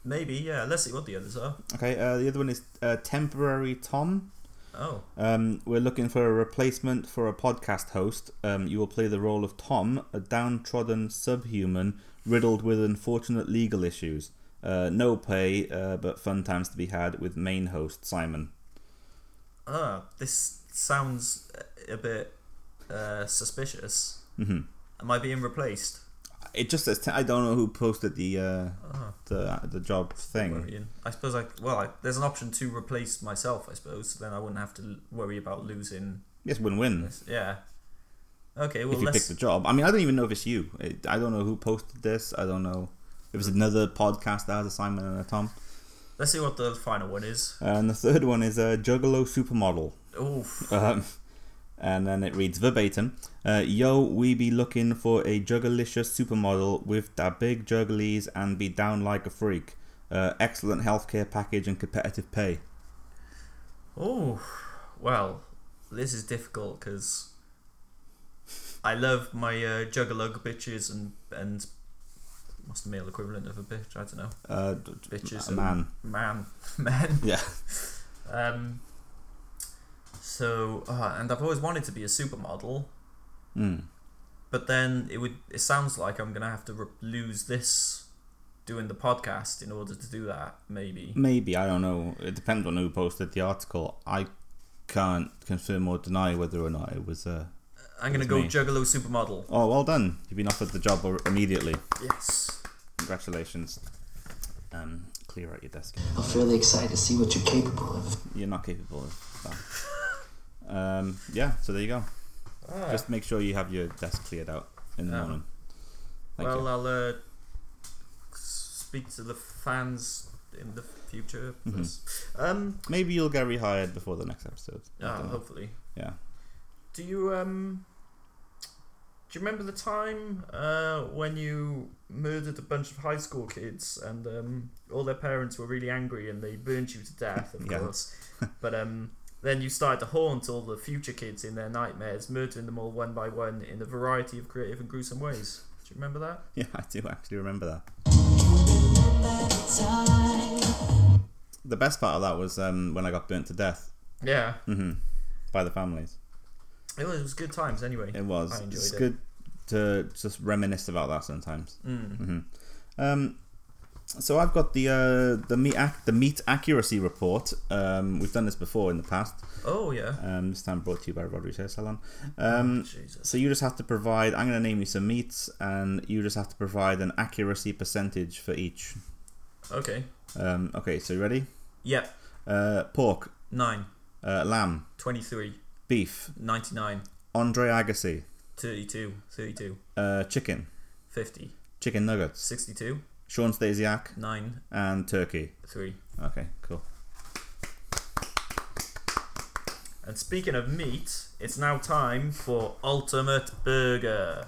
Speaker 4: Maybe, yeah. Let's see what the others are.
Speaker 3: Okay. Uh, the other one is uh, temporary Tom.
Speaker 4: Oh,
Speaker 3: Um, we're looking for a replacement for a podcast host. Um, you will play the role of Tom, a downtrodden subhuman riddled with unfortunate legal issues. Uh, no pay, uh, but fun times to be had with main host Simon.
Speaker 4: ah, this sounds a bit uh, suspicious.
Speaker 3: Mhm.
Speaker 4: Am I being replaced?
Speaker 3: It just says I don't know who posted the uh,
Speaker 4: Uh-huh.
Speaker 3: the the job thing.
Speaker 4: Worrying. I suppose I well, I, there's an option to replace myself. I suppose then I wouldn't have to l- worry about losing.
Speaker 3: Yes, win-win.
Speaker 4: Yeah. Okay. Well,
Speaker 3: if you
Speaker 4: let's.
Speaker 3: pick the job, I mean, I don't even know if it's you. It, I don't know who posted this. I don't know if it's another podcast that has a Simon and a Tom.
Speaker 4: Let's see what the final one is.
Speaker 3: Uh, and the third one is a Juggalo supermodel.
Speaker 4: Oof.
Speaker 3: Um, and then it reads verbatim uh, Yo, we be looking for a juggalicious supermodel with da big jugglies and be down like a freak. Uh, excellent healthcare package and competitive pay.
Speaker 4: Oh, well, this is difficult because I love my uh, juggalug bitches and and what's the male equivalent of a bitch? I don't know.
Speaker 3: Uh, d- d-
Speaker 4: bitches
Speaker 3: a man.
Speaker 4: and man, men.
Speaker 3: Yeah.
Speaker 4: Um. So, uh, and I've always wanted to be a supermodel,
Speaker 3: Mm.
Speaker 4: but then it would. It sounds like I'm gonna have to re- lose this doing the podcast in order to do that. Maybe.
Speaker 3: Maybe, I don't know. It depends on who posted the article. I can't confirm or deny whether or not it was. Uh...
Speaker 4: I'm gonna
Speaker 3: It's
Speaker 4: go
Speaker 3: me.
Speaker 4: juggalo supermodel.
Speaker 3: Oh, well done. You've been offered the job al- immediately.
Speaker 4: Yes.
Speaker 3: Congratulations. Um, clear out your desk.
Speaker 5: I'm fairly excited to see what you're capable of.
Speaker 3: you're not capable of that. um, yeah, so there you go. Just make sure you have your desk cleared out in the
Speaker 4: Yeah.
Speaker 3: morning. Thank
Speaker 4: well,
Speaker 3: you.
Speaker 4: I'll uh, speak to the fans in the future.
Speaker 3: Mhm.
Speaker 4: Yes. Um,
Speaker 3: Maybe you'll get rehired before the next episode. I
Speaker 4: ah,
Speaker 3: don't know.
Speaker 4: hopefully.
Speaker 3: Yeah.
Speaker 4: Do you um? Do you remember the time uh, when you murdered a bunch of high school kids and um, all their parents were really angry and they burned you to death, of
Speaker 3: Yeah.
Speaker 4: course. but um, then you started to haunt all the future kids in their nightmares, murdering them all one by one in a variety of creative and gruesome ways. Do you remember that?
Speaker 3: Yeah, I do actually remember that. The best part of that was um, when I got burnt to death
Speaker 4: Yeah,
Speaker 3: hmm by the families.
Speaker 4: it was, it was good times anyway.
Speaker 3: It was.
Speaker 4: I enjoyed
Speaker 3: it's
Speaker 4: it.
Speaker 3: good to just reminisce about that sometimes.
Speaker 4: Mm.
Speaker 3: hmm Um, so I've got the uh, the meat ac- the meat accuracy report. Um, we've done this before in the past.
Speaker 4: Oh yeah.
Speaker 3: Um, this time brought to you by Rodriguez Hair Salon. Um,
Speaker 4: Jesus.
Speaker 3: so you just have to provide. I'm going to name you some meats, and you just have to provide an accuracy percentage for each.
Speaker 4: Okay.
Speaker 3: Um, okay, so you ready?
Speaker 4: Yep.
Speaker 3: Uh, pork,
Speaker 4: Nine.
Speaker 3: uh, lamb,
Speaker 4: 23,
Speaker 3: beef,
Speaker 4: 99,
Speaker 3: Andre Agassi,
Speaker 4: 32, 32,
Speaker 3: uh, chicken,
Speaker 4: 50,
Speaker 3: chicken nuggets,
Speaker 4: 62,
Speaker 3: Sean Stasiak,
Speaker 4: 9,
Speaker 3: and turkey.
Speaker 4: 3.
Speaker 3: Okay, cool.
Speaker 4: And speaking of meat, it's now time for Ultimate Burger.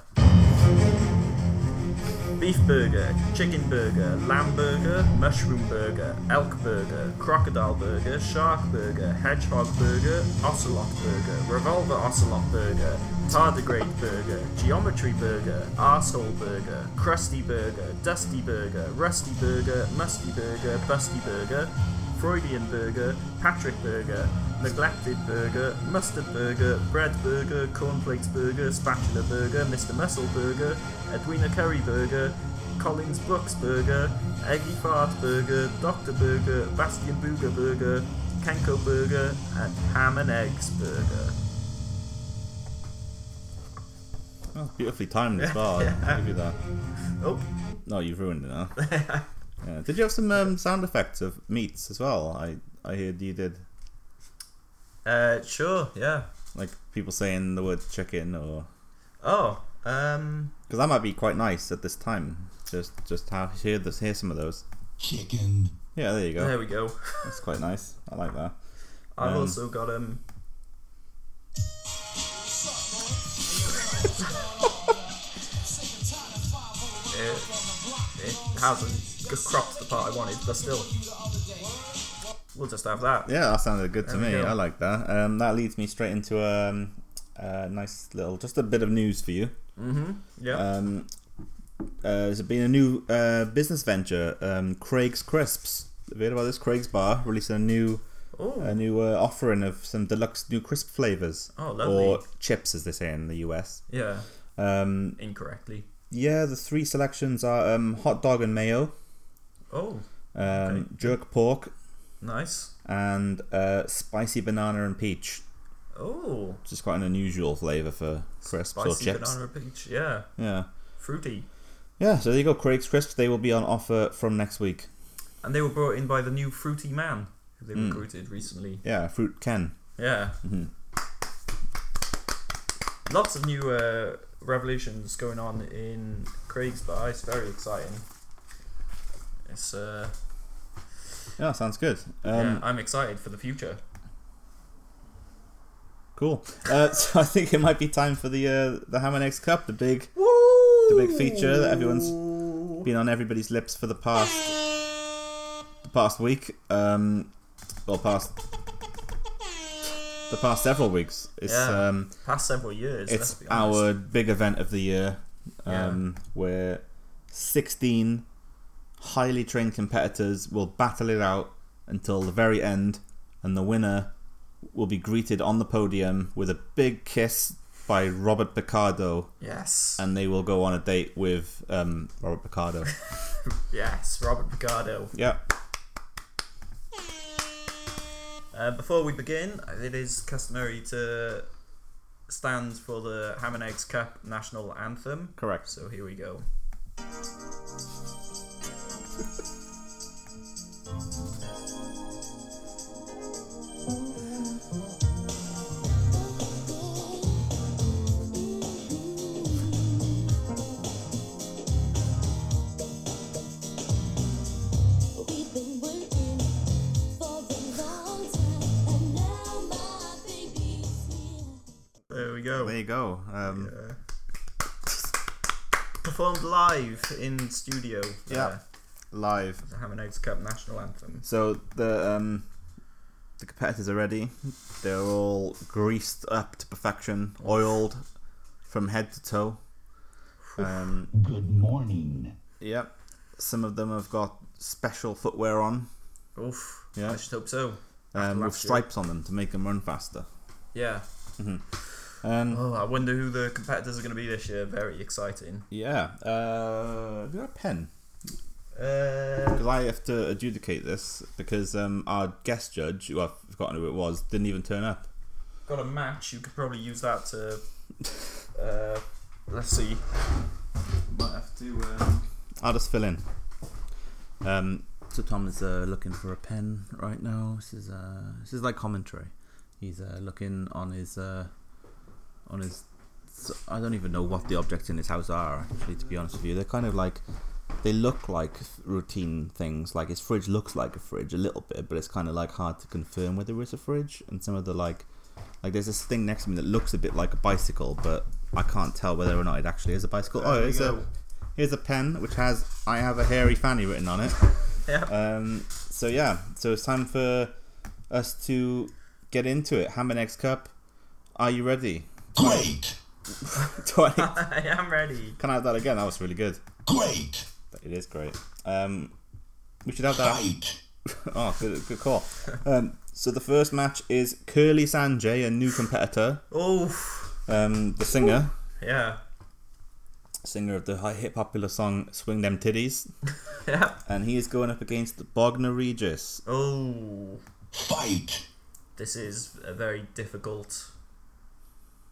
Speaker 4: Beef burger, chicken burger, lamb burger, mushroom burger, elk burger, crocodile burger, shark burger, hedgehog burger, ocelot burger, revolver ocelot burger, tardigrade burger, geometry burger, arsehole burger, crusty burger, dusty burger, rusty burger, musty burger, busty burger, Freudian burger, Patrick burger, neglected burger, mustard burger, bread burger, cornflakes burger, spatula burger, Mr. Muscle burger, Edwina Curry burger, Collins Brooks burger, Eggy Fart burger, Dr. burger, Bastian Booger burger, Kenko burger, and ham and eggs burger.
Speaker 3: Well, beautifully timed as well. I'll give you that.
Speaker 4: Oh,
Speaker 3: No, you've ruined it now. yeah. Did you have some um, sound effects of meats as well? I I heard you did.
Speaker 4: uh, sure, yeah.
Speaker 3: Like people saying the word chicken or
Speaker 4: Oh, um,
Speaker 3: because that might be quite nice at this time. Just just have, hear this, hear some of those.
Speaker 7: Chicken.
Speaker 3: Yeah, there you go.
Speaker 4: There we go.
Speaker 3: That's quite nice. I like that.
Speaker 4: I've
Speaker 3: Um,
Speaker 4: also got um. it, it hasn't g- cropped the part I wanted, but still, we'll just have that.
Speaker 3: Yeah, that sounded good to
Speaker 4: There we
Speaker 3: me.
Speaker 4: go.
Speaker 3: I like that. Um, that leads me straight into um, a nice little, just a bit of news for you.
Speaker 4: Mm-hmm. Yeah.
Speaker 3: Um, uh, there's been a new uh, business venture, um, Craig's Crisps. Have you heard about this? Craig's Bar releasing a new,
Speaker 4: Ooh.
Speaker 3: a new uh, offering of some deluxe new crisp flavors.
Speaker 4: Oh, lovely.
Speaker 3: Or chips, as they say in the US.
Speaker 4: yeah.
Speaker 3: Um,
Speaker 4: Incorrectly.
Speaker 3: yeah, the three selections are um, hot dog and mayo,
Speaker 4: Oh,
Speaker 3: um, jerk pork,
Speaker 4: nice.
Speaker 3: and uh, spicy banana and peach.
Speaker 4: Oh,
Speaker 3: which is quite an unusual flavour for crisps or
Speaker 4: spicy
Speaker 3: chips.
Speaker 4: banana peach. Yeah.
Speaker 3: Yeah.
Speaker 4: Fruity.
Speaker 3: Yeah, so there you go, Craig's Crisps. They will be on offer from next week.
Speaker 4: And they were brought in by the new fruity man who
Speaker 3: Hmm.
Speaker 4: they recruited recently.
Speaker 3: Yeah, Fruit Ken.
Speaker 4: Yeah.
Speaker 3: Mhm.
Speaker 4: Lots of new uh, revelations going on in Craig's Bar. It's very exciting. It's uh,
Speaker 3: Yeah, sounds good. Um,
Speaker 4: yeah, I'm excited for the future.
Speaker 3: Cool. Uh, so I think it might be time for the uh, the Hammer Next Cup, the big the big feature that everyone's been on everybody's lips for the past the past week, um, or past the past several weeks. It's
Speaker 4: yeah.
Speaker 3: um,
Speaker 4: Past several years. let's
Speaker 3: it's
Speaker 4: be honest.
Speaker 3: our big event of the year
Speaker 4: Yeah.
Speaker 3: um, where 16 highly trained competitors will battle it out until the very end and the winner will be greeted on the podium with a big kiss by robert picardo
Speaker 4: Yes.
Speaker 3: and they will go on a date with um, robert picardo
Speaker 4: Yes, Robert Picardo.
Speaker 3: yeah
Speaker 4: Uh, before we begin, it is customary to stand for the Ham and Eggs Cup national anthem.
Speaker 3: Correct.
Speaker 4: So here we go. There we go.
Speaker 3: there you go um,
Speaker 4: Yeah. Performed live in studio.
Speaker 3: Yeah.
Speaker 4: uh,
Speaker 3: live
Speaker 4: the Ham and Eggs Cup national anthem.
Speaker 3: So the um, the competitors are ready. They're all greased up to perfection, oiled from head to toe. Um,
Speaker 11: Good morning.
Speaker 3: yep. Some of them have got special footwear on,
Speaker 4: Oof.
Speaker 3: Yeah.
Speaker 4: I just hope so.
Speaker 3: um, with
Speaker 4: last year.
Speaker 3: stripes on them to make them run faster.
Speaker 4: Yeah.
Speaker 3: Um,
Speaker 4: Oh, I wonder who the competitors are going to be this year. Very exciting.
Speaker 3: yeah. Uh, do you have a pen?
Speaker 4: Uh,
Speaker 3: Because I have to adjudicate this because um, our guest judge, who I've forgotten who it was, didn't even turn up.
Speaker 4: got a match. You could probably use that to. Uh, let's see. Might have to. Uh,
Speaker 3: I'll just fill in. Um, so Tom is uh, looking for a pen right now. This is uh, this is like commentary. He's uh, looking on his uh, on his. so- I don't even know what the objects in his house are. Actually, to be honest with you, they're kind of like they look like f- routine things. Like his fridge looks like a fridge a little bit, but it's kind of like hard to confirm whether it's a fridge. And some of the like like there's this thing next to me that looks a bit like a bicycle, but I can't tell whether or not it actually is a bicycle.
Speaker 4: There
Speaker 3: oh,
Speaker 4: we
Speaker 3: it's
Speaker 4: go.
Speaker 3: a here's a pen which has I have a hairy fanny written on it.
Speaker 4: yeah.
Speaker 3: Um, so yeah, so it's time for us to get into it. Hammer next cup. Are you ready?
Speaker 6: Great!
Speaker 3: Do I-
Speaker 4: I am ready.
Speaker 3: can I have that again? That was really good.
Speaker 6: Great!
Speaker 3: It is great. Um, we should have that.
Speaker 6: Tight!
Speaker 3: Oh, good, good call. Um, so the first match is Curly Sanjay, a new competitor,
Speaker 4: Oof.
Speaker 3: um, the singer,
Speaker 4: Yeah.
Speaker 3: singer of the hi- hit popular song "Swing Them Titties,"
Speaker 4: Yeah.
Speaker 3: and he is going up against Bogner Regis.
Speaker 4: Oh.
Speaker 6: Fight!
Speaker 4: This is a very difficult.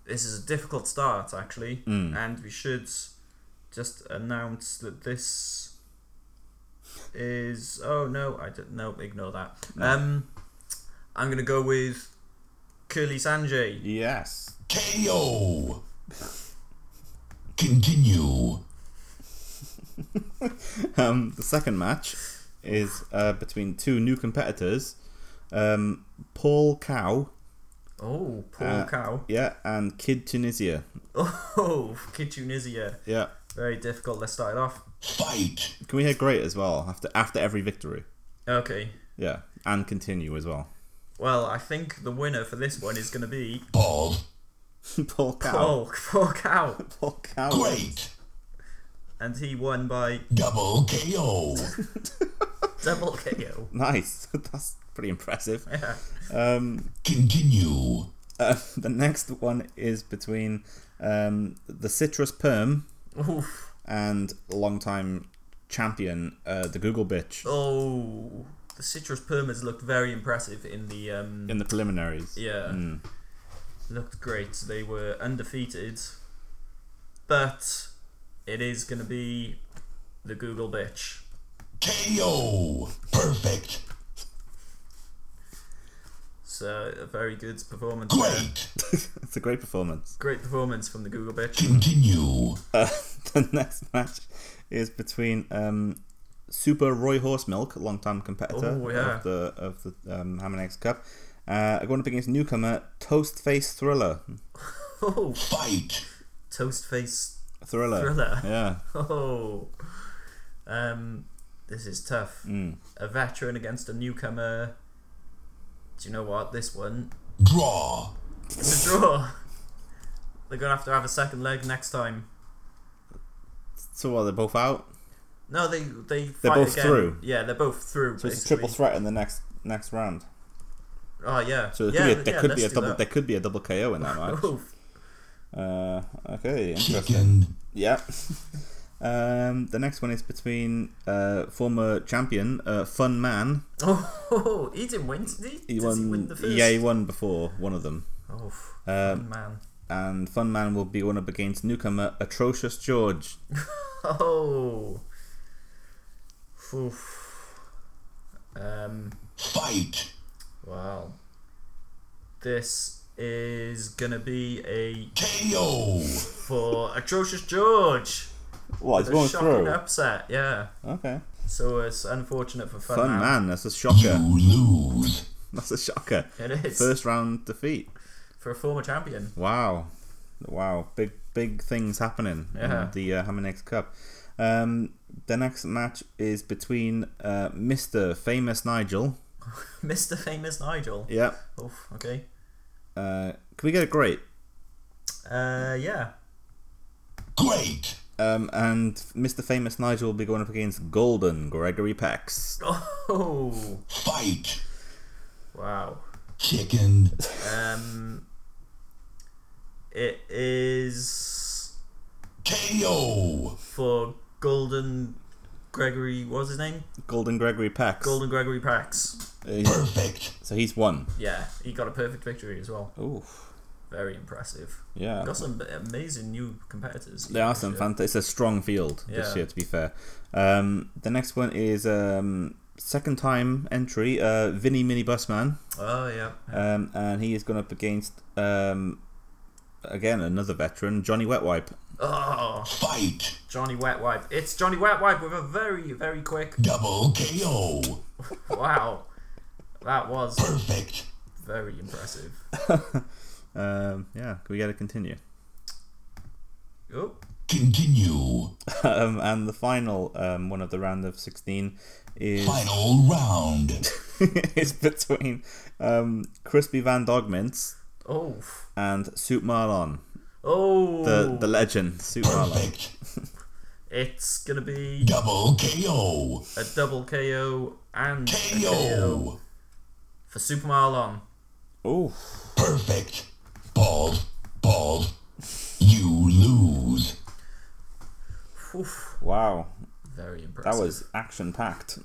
Speaker 4: This is a difficult start, actually, and we should just announce that this is. Oh no, I didn't. No, ignore that. Um, I'm gonna go with Curly Sanjay.
Speaker 3: Yes.
Speaker 6: KO! Continue!
Speaker 3: Um, the second match is uh, between two new competitors, um, Paul Cow.
Speaker 4: Oh, Paul
Speaker 3: uh,
Speaker 4: Cow.
Speaker 3: Yeah, and Kid Tunisia.
Speaker 4: Oh, Kid Tunisia.
Speaker 3: Yeah.
Speaker 4: Very difficult. Let's start it off.
Speaker 6: Fight!
Speaker 3: Can we hear great as well after after every victory?
Speaker 4: Okay.
Speaker 3: Yeah, and continue as well.
Speaker 4: Well, I think the winner for this one is going to be
Speaker 6: Bald!
Speaker 3: Paul Cow.
Speaker 4: Paul. Paul Cow.
Speaker 3: Paul Cow.
Speaker 6: Great!
Speaker 4: And he won by
Speaker 6: Double KO!
Speaker 4: double KO.
Speaker 3: Nice. That's pretty impressive.
Speaker 4: Yeah.
Speaker 3: Um,
Speaker 6: Continue!
Speaker 3: uh, the next one is between um, the Citrus Perm
Speaker 4: Oof.
Speaker 3: and longtime champion, uh, the Google Bitch,
Speaker 4: Oh, the citrus perm has looked very impressive in the um.
Speaker 3: in the preliminaries.
Speaker 4: yeah, looked great. They were undefeated, but it is going to be the Google bitch.
Speaker 6: KO! Perfect!
Speaker 4: So a very good performance. there.
Speaker 6: Great!
Speaker 3: It's a great performance.
Speaker 4: Great performance from the Google bitch.
Speaker 6: Continue!
Speaker 3: Uh, the next match is between um, Super Roy Horsemilk, long-time competitor
Speaker 4: Oh, yeah.
Speaker 3: of the of the um, Ham and Eggs Cup, uh, going up against newcomer Toast Face Thriller.
Speaker 4: Oh,
Speaker 6: Fight!
Speaker 4: toast face
Speaker 3: Thriller.
Speaker 4: Thriller.
Speaker 3: Yeah.
Speaker 4: Oh, um, this is tough. A veteran against a newcomer. Do you know what? This one,
Speaker 6: Draw!
Speaker 4: it's a draw. They're gonna have to have a second leg next time.
Speaker 3: So what? They're both out.
Speaker 4: No, they they fight
Speaker 3: both
Speaker 4: again.
Speaker 3: through.
Speaker 4: Yeah, they're both through.
Speaker 3: So it's a triple threat in the next next round.
Speaker 4: Oh yeah.
Speaker 3: So there could
Speaker 4: yeah,
Speaker 3: be a, there
Speaker 4: yeah,
Speaker 3: could be a
Speaker 4: let's do
Speaker 3: double
Speaker 4: that. Oh.
Speaker 3: there could be a double KO in that match.
Speaker 4: Oof.
Speaker 3: Uh, okay, interesting.
Speaker 6: Chicken!
Speaker 3: Yeah. Um, the next one is between uh, former champion uh, Fun Man.
Speaker 4: Oh, he didn't win, did he?
Speaker 3: He
Speaker 4: Did
Speaker 3: won. E
Speaker 4: he win the first?
Speaker 3: Yeah, he won before one of them.
Speaker 4: Oh,
Speaker 3: Um,
Speaker 4: man.
Speaker 3: and Fun Man will be one up against newcomer Atrocious George.
Speaker 4: Oh. Oof. Um.
Speaker 6: Fight!
Speaker 4: Wow. This is gonna be a
Speaker 6: KO!
Speaker 4: for atrocious George.
Speaker 3: What? He's
Speaker 4: A
Speaker 3: going
Speaker 4: shocking
Speaker 3: through.
Speaker 4: upset. Yeah.
Speaker 3: Okay.
Speaker 4: So it's unfortunate for fun.
Speaker 3: Fun
Speaker 4: Man.
Speaker 3: Man. That's a
Speaker 6: You
Speaker 3: shocker.
Speaker 6: lose!
Speaker 3: That's a shocker.
Speaker 4: It is
Speaker 3: First round defeat.
Speaker 4: for a former champion.
Speaker 3: Wow, wow, big big things happening
Speaker 4: Yeah.
Speaker 3: in the uh, Hammer Next Cup. Um, the next match is between uh, Mister Famous Nigel.
Speaker 4: Mr. Famous Nigel.
Speaker 3: Yeah.
Speaker 4: Oof, okay.
Speaker 3: Uh, can we get a great?
Speaker 4: Uh, yeah.
Speaker 6: Great!
Speaker 3: Um, and Mister Famous Nigel will be going up against Golden Gregory Pex.
Speaker 4: Oh,
Speaker 6: Fight!
Speaker 4: wow.
Speaker 6: Chicken!
Speaker 4: Um, it is
Speaker 6: KO!
Speaker 4: for Golden Gregory. What was his name?
Speaker 3: Golden Gregory Pex.
Speaker 4: Golden Gregory Prax.
Speaker 3: Uh, he's-
Speaker 6: Perfect!
Speaker 3: so he's won.
Speaker 4: Yeah, he got a perfect victory as well.
Speaker 3: Ooh,
Speaker 4: Very impressive.
Speaker 3: yeah.
Speaker 4: Got some amazing new competitors.
Speaker 3: There are some fanta- It's a strong field
Speaker 4: Yeah.
Speaker 3: this year, to be fair. Um, the next one is um, second time entry, uh, Vinny Mini Busman.
Speaker 4: Oh yeah.
Speaker 3: Um, and he is going up against um, again another veteran, Johnny Wetwipe.
Speaker 4: Oh,
Speaker 6: Fight!
Speaker 4: Johnny Wetwipe. It's Johnny Wetwipe with a very, very quick.
Speaker 6: Double KO!
Speaker 4: Wow, that was
Speaker 6: Perfect!
Speaker 4: very impressive.
Speaker 3: Um, yeah, can we get to continue?
Speaker 4: Oh,
Speaker 6: Continue!
Speaker 3: Um, and the final um, one of the round of sixteen is
Speaker 6: Final round!
Speaker 3: is between um, Crispy Van Dogmints
Speaker 4: oh,
Speaker 3: and Soup Marlon,
Speaker 4: oh.
Speaker 3: the the legend Soup Marlon.
Speaker 6: Perfect!
Speaker 4: It's gonna be
Speaker 6: Double KO!
Speaker 4: a double KO and a KO
Speaker 6: KO!
Speaker 4: for Super Marlon.
Speaker 3: Oh,
Speaker 6: Perfect! Bald! Bald! You lose!
Speaker 4: Oof,
Speaker 3: wow,
Speaker 4: very impressive.
Speaker 3: that was action packed.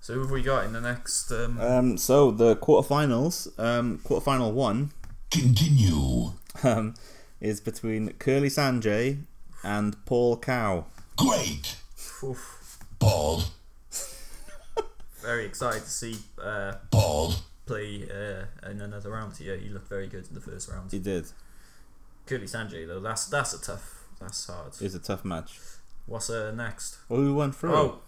Speaker 4: So who have we got in the next? Um,
Speaker 3: Um, so the quarterfinals, um, quarterfinal one
Speaker 6: Continue!
Speaker 3: um, is between Curly Sanjay and Paul Cow.
Speaker 6: Great!
Speaker 4: oof,
Speaker 6: Bald!
Speaker 4: very excited to see uh,
Speaker 6: Bald!
Speaker 4: play uh, in another round here. He looked very good in the first round.
Speaker 3: He did.
Speaker 4: Curly Sanjay though, that's that's a tough, that's hard.
Speaker 3: It's a tough match.
Speaker 4: What's uh, next?
Speaker 3: Well, we went through.
Speaker 4: Oh,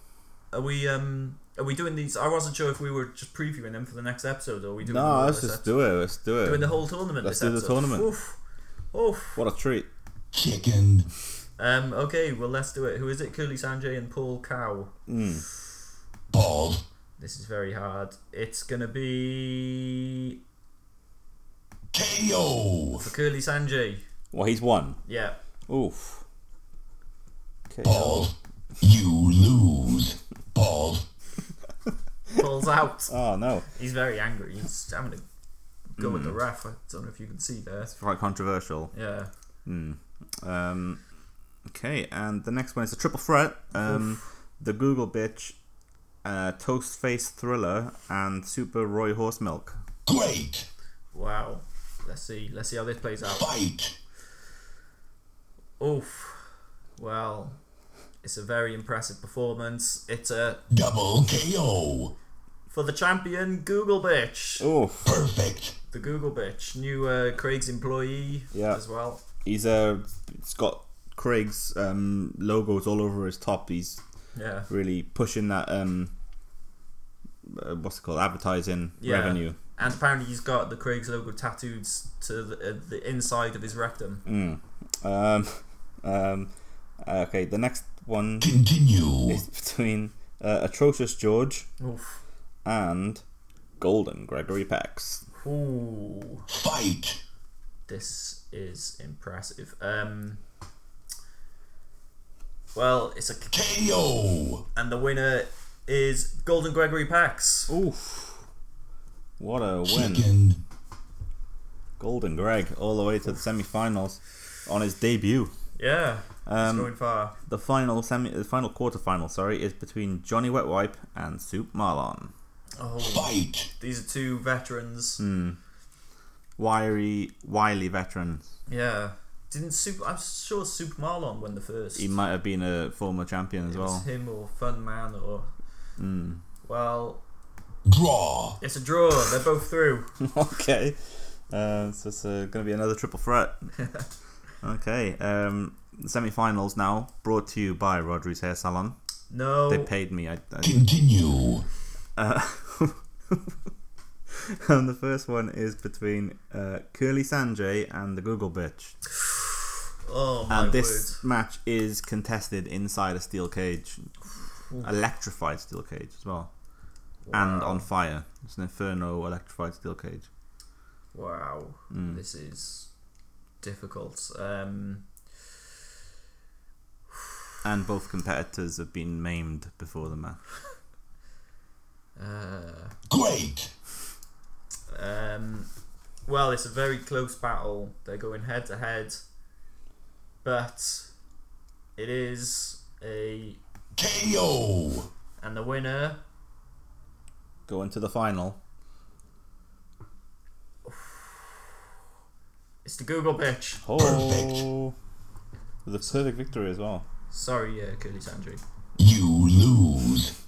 Speaker 4: Are we um are we doing these? I wasn't sure if we were just previewing them for the next episode, or are we doing. them
Speaker 3: No,
Speaker 4: all
Speaker 3: let's
Speaker 4: this
Speaker 3: just
Speaker 4: episode?
Speaker 3: do it. Let's do it.
Speaker 4: Doing the whole tournament.
Speaker 3: Let's
Speaker 4: this
Speaker 3: do the
Speaker 4: episode.
Speaker 3: tournament.
Speaker 4: Oof. Oof.
Speaker 3: What a treat.
Speaker 6: Chicken.
Speaker 4: Um. Okay. Well, let's do it. Who is it? Curly Sanjay and Paul Cow.
Speaker 3: Mm.
Speaker 6: Bald.
Speaker 4: This is very hard. It's gonna be
Speaker 6: KO.
Speaker 4: for Curly Sanjay.
Speaker 3: Well, he's won.
Speaker 4: Yeah.
Speaker 3: Oof. Okay.
Speaker 6: Bald. You lose. Bald.
Speaker 4: Pulls out.
Speaker 3: Oh no.
Speaker 4: He's very angry. He's having a go with the
Speaker 3: Hmm.
Speaker 4: ref. I don't know if you can see there.
Speaker 3: Quite controversial.
Speaker 4: Yeah.
Speaker 3: Um, okay, and the next one is a triple threat. Um, the Google bitch, uh, Toast Face Thriller, and Super Roy Horse Milk.
Speaker 6: Great.
Speaker 4: Wow. Let's see. Let's see how this plays out.
Speaker 6: Fight.
Speaker 4: Oof. Well, it's a very impressive performance. It's a
Speaker 6: Double KO.
Speaker 4: for the champion Google bitch.
Speaker 3: Oof.
Speaker 6: Perfect.
Speaker 4: The Google bitch, new uh, Craig's employee
Speaker 3: Yeah.
Speaker 4: as well.
Speaker 3: He's uh, it's got Craig's um, logos all over his top. He's
Speaker 4: Yeah.
Speaker 3: really pushing that um, uh, what's it called? Advertising
Speaker 4: Yeah.
Speaker 3: revenue.
Speaker 4: And apparently he's got the Craig's logo tattooed to the, uh, the inside of his rectum.
Speaker 3: Mm. Um, um, uh, okay, the next one
Speaker 6: Continue.
Speaker 3: is between uh, Atrocious George
Speaker 4: Oof.
Speaker 3: and Golden Gregory Pex.
Speaker 4: Ooh.
Speaker 6: Fight.
Speaker 4: This is impressive. Um. Well, it's a
Speaker 6: KO.
Speaker 4: and the winner is Golden Gregory Pax.
Speaker 3: Oof. What a win.
Speaker 6: Chicken.
Speaker 3: Golden Greg all the way to the semi-finals on his debut.
Speaker 4: Yeah,
Speaker 3: Um,
Speaker 4: it's going far.
Speaker 3: The final semi the final quarterfinal, sorry, is between Johnny Wet Wipe and Soup Marlon.
Speaker 4: Oh,
Speaker 6: Fight.
Speaker 4: these are two veterans.
Speaker 3: Mm. Wiry wily veteran.
Speaker 4: Yeah, didn't Super? I'm sure Super Marlon won the first.
Speaker 3: He might have been a former champion as
Speaker 4: It was
Speaker 3: well. Mm.
Speaker 4: him or Fun Man or. Well,
Speaker 6: Draw.
Speaker 4: it's a draw. They're both through.
Speaker 3: okay. Uh, so it's uh, going to be another triple threat. okay. Um, semi finals now, brought to you by Rodri's Hair Salon.
Speaker 4: No.
Speaker 3: They paid me. I, I,
Speaker 6: Continue.
Speaker 3: and the first one is between uh, Curly Sanjay and the Google Bitch.
Speaker 4: oh my
Speaker 3: And
Speaker 4: word!
Speaker 3: this match is contested inside a steel cage, electrified steel cage as well, and on fire. It's an inferno electrified steel cage.
Speaker 4: Wow,
Speaker 3: Mm.
Speaker 4: this is difficult. Um,
Speaker 3: And both competitors have been maimed before the match.
Speaker 4: uh,
Speaker 6: Great.
Speaker 4: Um, well, it's a very close battle. They're going head to head, but it is a
Speaker 6: KO.
Speaker 4: and the winner.
Speaker 3: Going to the final.
Speaker 4: It's the Google bitch.
Speaker 3: Oh, with a perfect victory as well.
Speaker 4: Sorry, uh, Curly Sandry.
Speaker 6: You lose.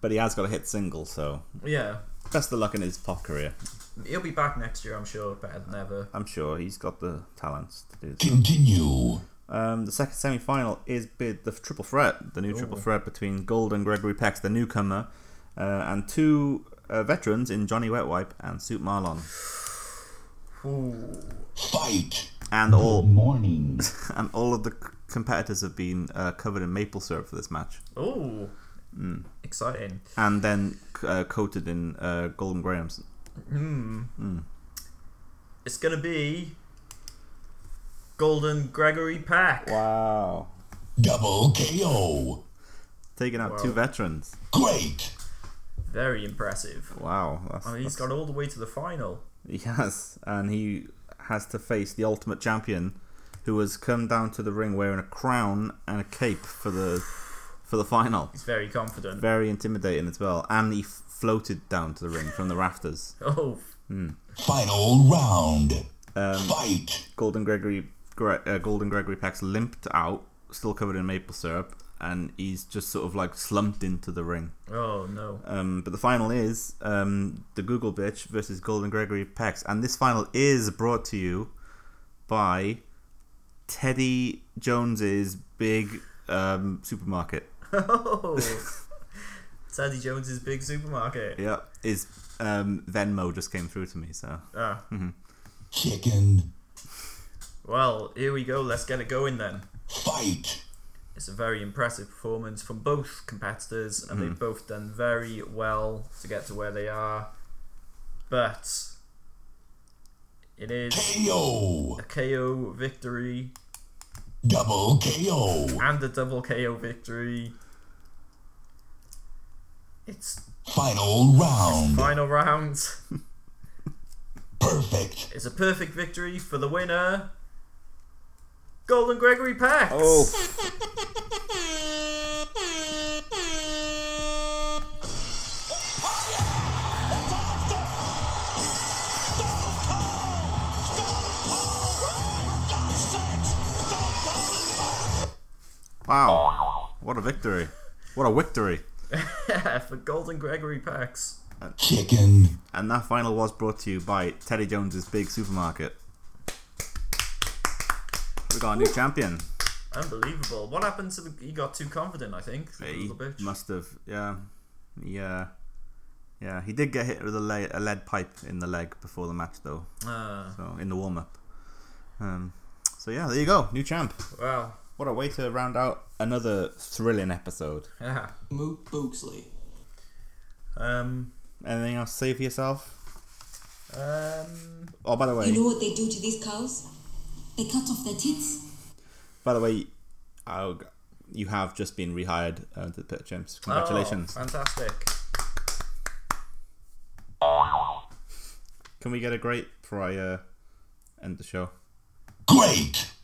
Speaker 3: But he has got a hit single, so
Speaker 4: Yeah,
Speaker 3: best of luck in his pop career.
Speaker 4: he'll be back next year, I'm sure. Better than ever.
Speaker 3: I'm sure he's got the talents to do this.
Speaker 6: Continue.
Speaker 3: Um, the second semi final is bid the triple threat, the new triple threat between Gold and Gregory Pex, the newcomer, uh, and two uh, veterans in Johnny Wetwipe and Soup Marlon,
Speaker 4: Ooh.
Speaker 6: Fight.
Speaker 3: and all
Speaker 5: Morning.
Speaker 3: and all of the c- competitors have been uh, covered in maple syrup for this match,
Speaker 4: Ooh.
Speaker 3: Mm.
Speaker 4: Exciting.
Speaker 3: and then uh, coated in uh, Golden Graham's.
Speaker 4: It's gonna be Golden Gregory Pack.
Speaker 3: Wow,
Speaker 6: Double KO.
Speaker 3: taking out two
Speaker 4: Wow.
Speaker 3: veterans.
Speaker 6: Great.
Speaker 4: Very impressive.
Speaker 3: Wow, that's,
Speaker 4: I mean, Oh, he's got all the way to the final.
Speaker 3: He has, and he has to face the ultimate champion, who has come down to the ring wearing a crown and a cape for the for the final.
Speaker 4: He's very confident.
Speaker 3: Very intimidating as well, and he f- floated down to the ring from the rafters.
Speaker 4: Oh,
Speaker 6: Final round. Fight.
Speaker 3: Golden Gregory, Gre- uh, Golden Gregory Peck's limped out, still covered in maple syrup, and he's just sort of like slumped into the ring.
Speaker 4: oh no.
Speaker 3: Um, but the final is um, the Google bitch versus Golden Gregory Pex, and this final is brought to you by Teddy Jones's big um, supermarket.
Speaker 4: Oh, Sandy Jones's big supermarket.
Speaker 3: Yeah, is um, Venmo just came through to me, so.
Speaker 4: Ah.
Speaker 6: Chicken.
Speaker 4: Well, here we go. Let's get it going then.
Speaker 6: Fight.
Speaker 4: It's a very impressive performance from both competitors, and
Speaker 3: Mhm.
Speaker 4: they've both done very well to get to where they are. But it is
Speaker 6: KO.
Speaker 4: a KO victory
Speaker 6: Double KO.
Speaker 4: and a double KO victory. It's
Speaker 6: Final round.
Speaker 4: final round.
Speaker 6: Perfect.
Speaker 4: It's a perfect victory for the winner, Golden Gregory Pax.
Speaker 3: Wow. What a victory. What a victory.
Speaker 4: for Golden Gregory Pax.
Speaker 6: Chicken.
Speaker 3: And that final was brought to you by Teddy Jones's Big Supermarket. We got a new champion.
Speaker 4: Unbelievable. What happened to the? He got too confident, I think. the
Speaker 3: He
Speaker 4: little bitch.
Speaker 3: must have, yeah, yeah, yeah. He did get hit with a, le- a lead pipe in the leg before the match, though.
Speaker 4: Ah.
Speaker 3: So in the warm up. Um, so yeah, there you go, new champ.
Speaker 4: Wow.
Speaker 3: What a way to round out another thrilling episode.
Speaker 4: Yeah.
Speaker 5: Moot Booksley.
Speaker 4: Um.
Speaker 3: Anything else to say for yourself?
Speaker 4: Um.
Speaker 3: Oh, by the way,
Speaker 11: You know what they do to these cows? They cut off their tits.
Speaker 3: by the way, I'll, you have just been rehired uh, to the Pit Champs. Congratulations.
Speaker 4: Oh, fantastic.
Speaker 3: Can we get a great before I uh, end the show?
Speaker 6: Great.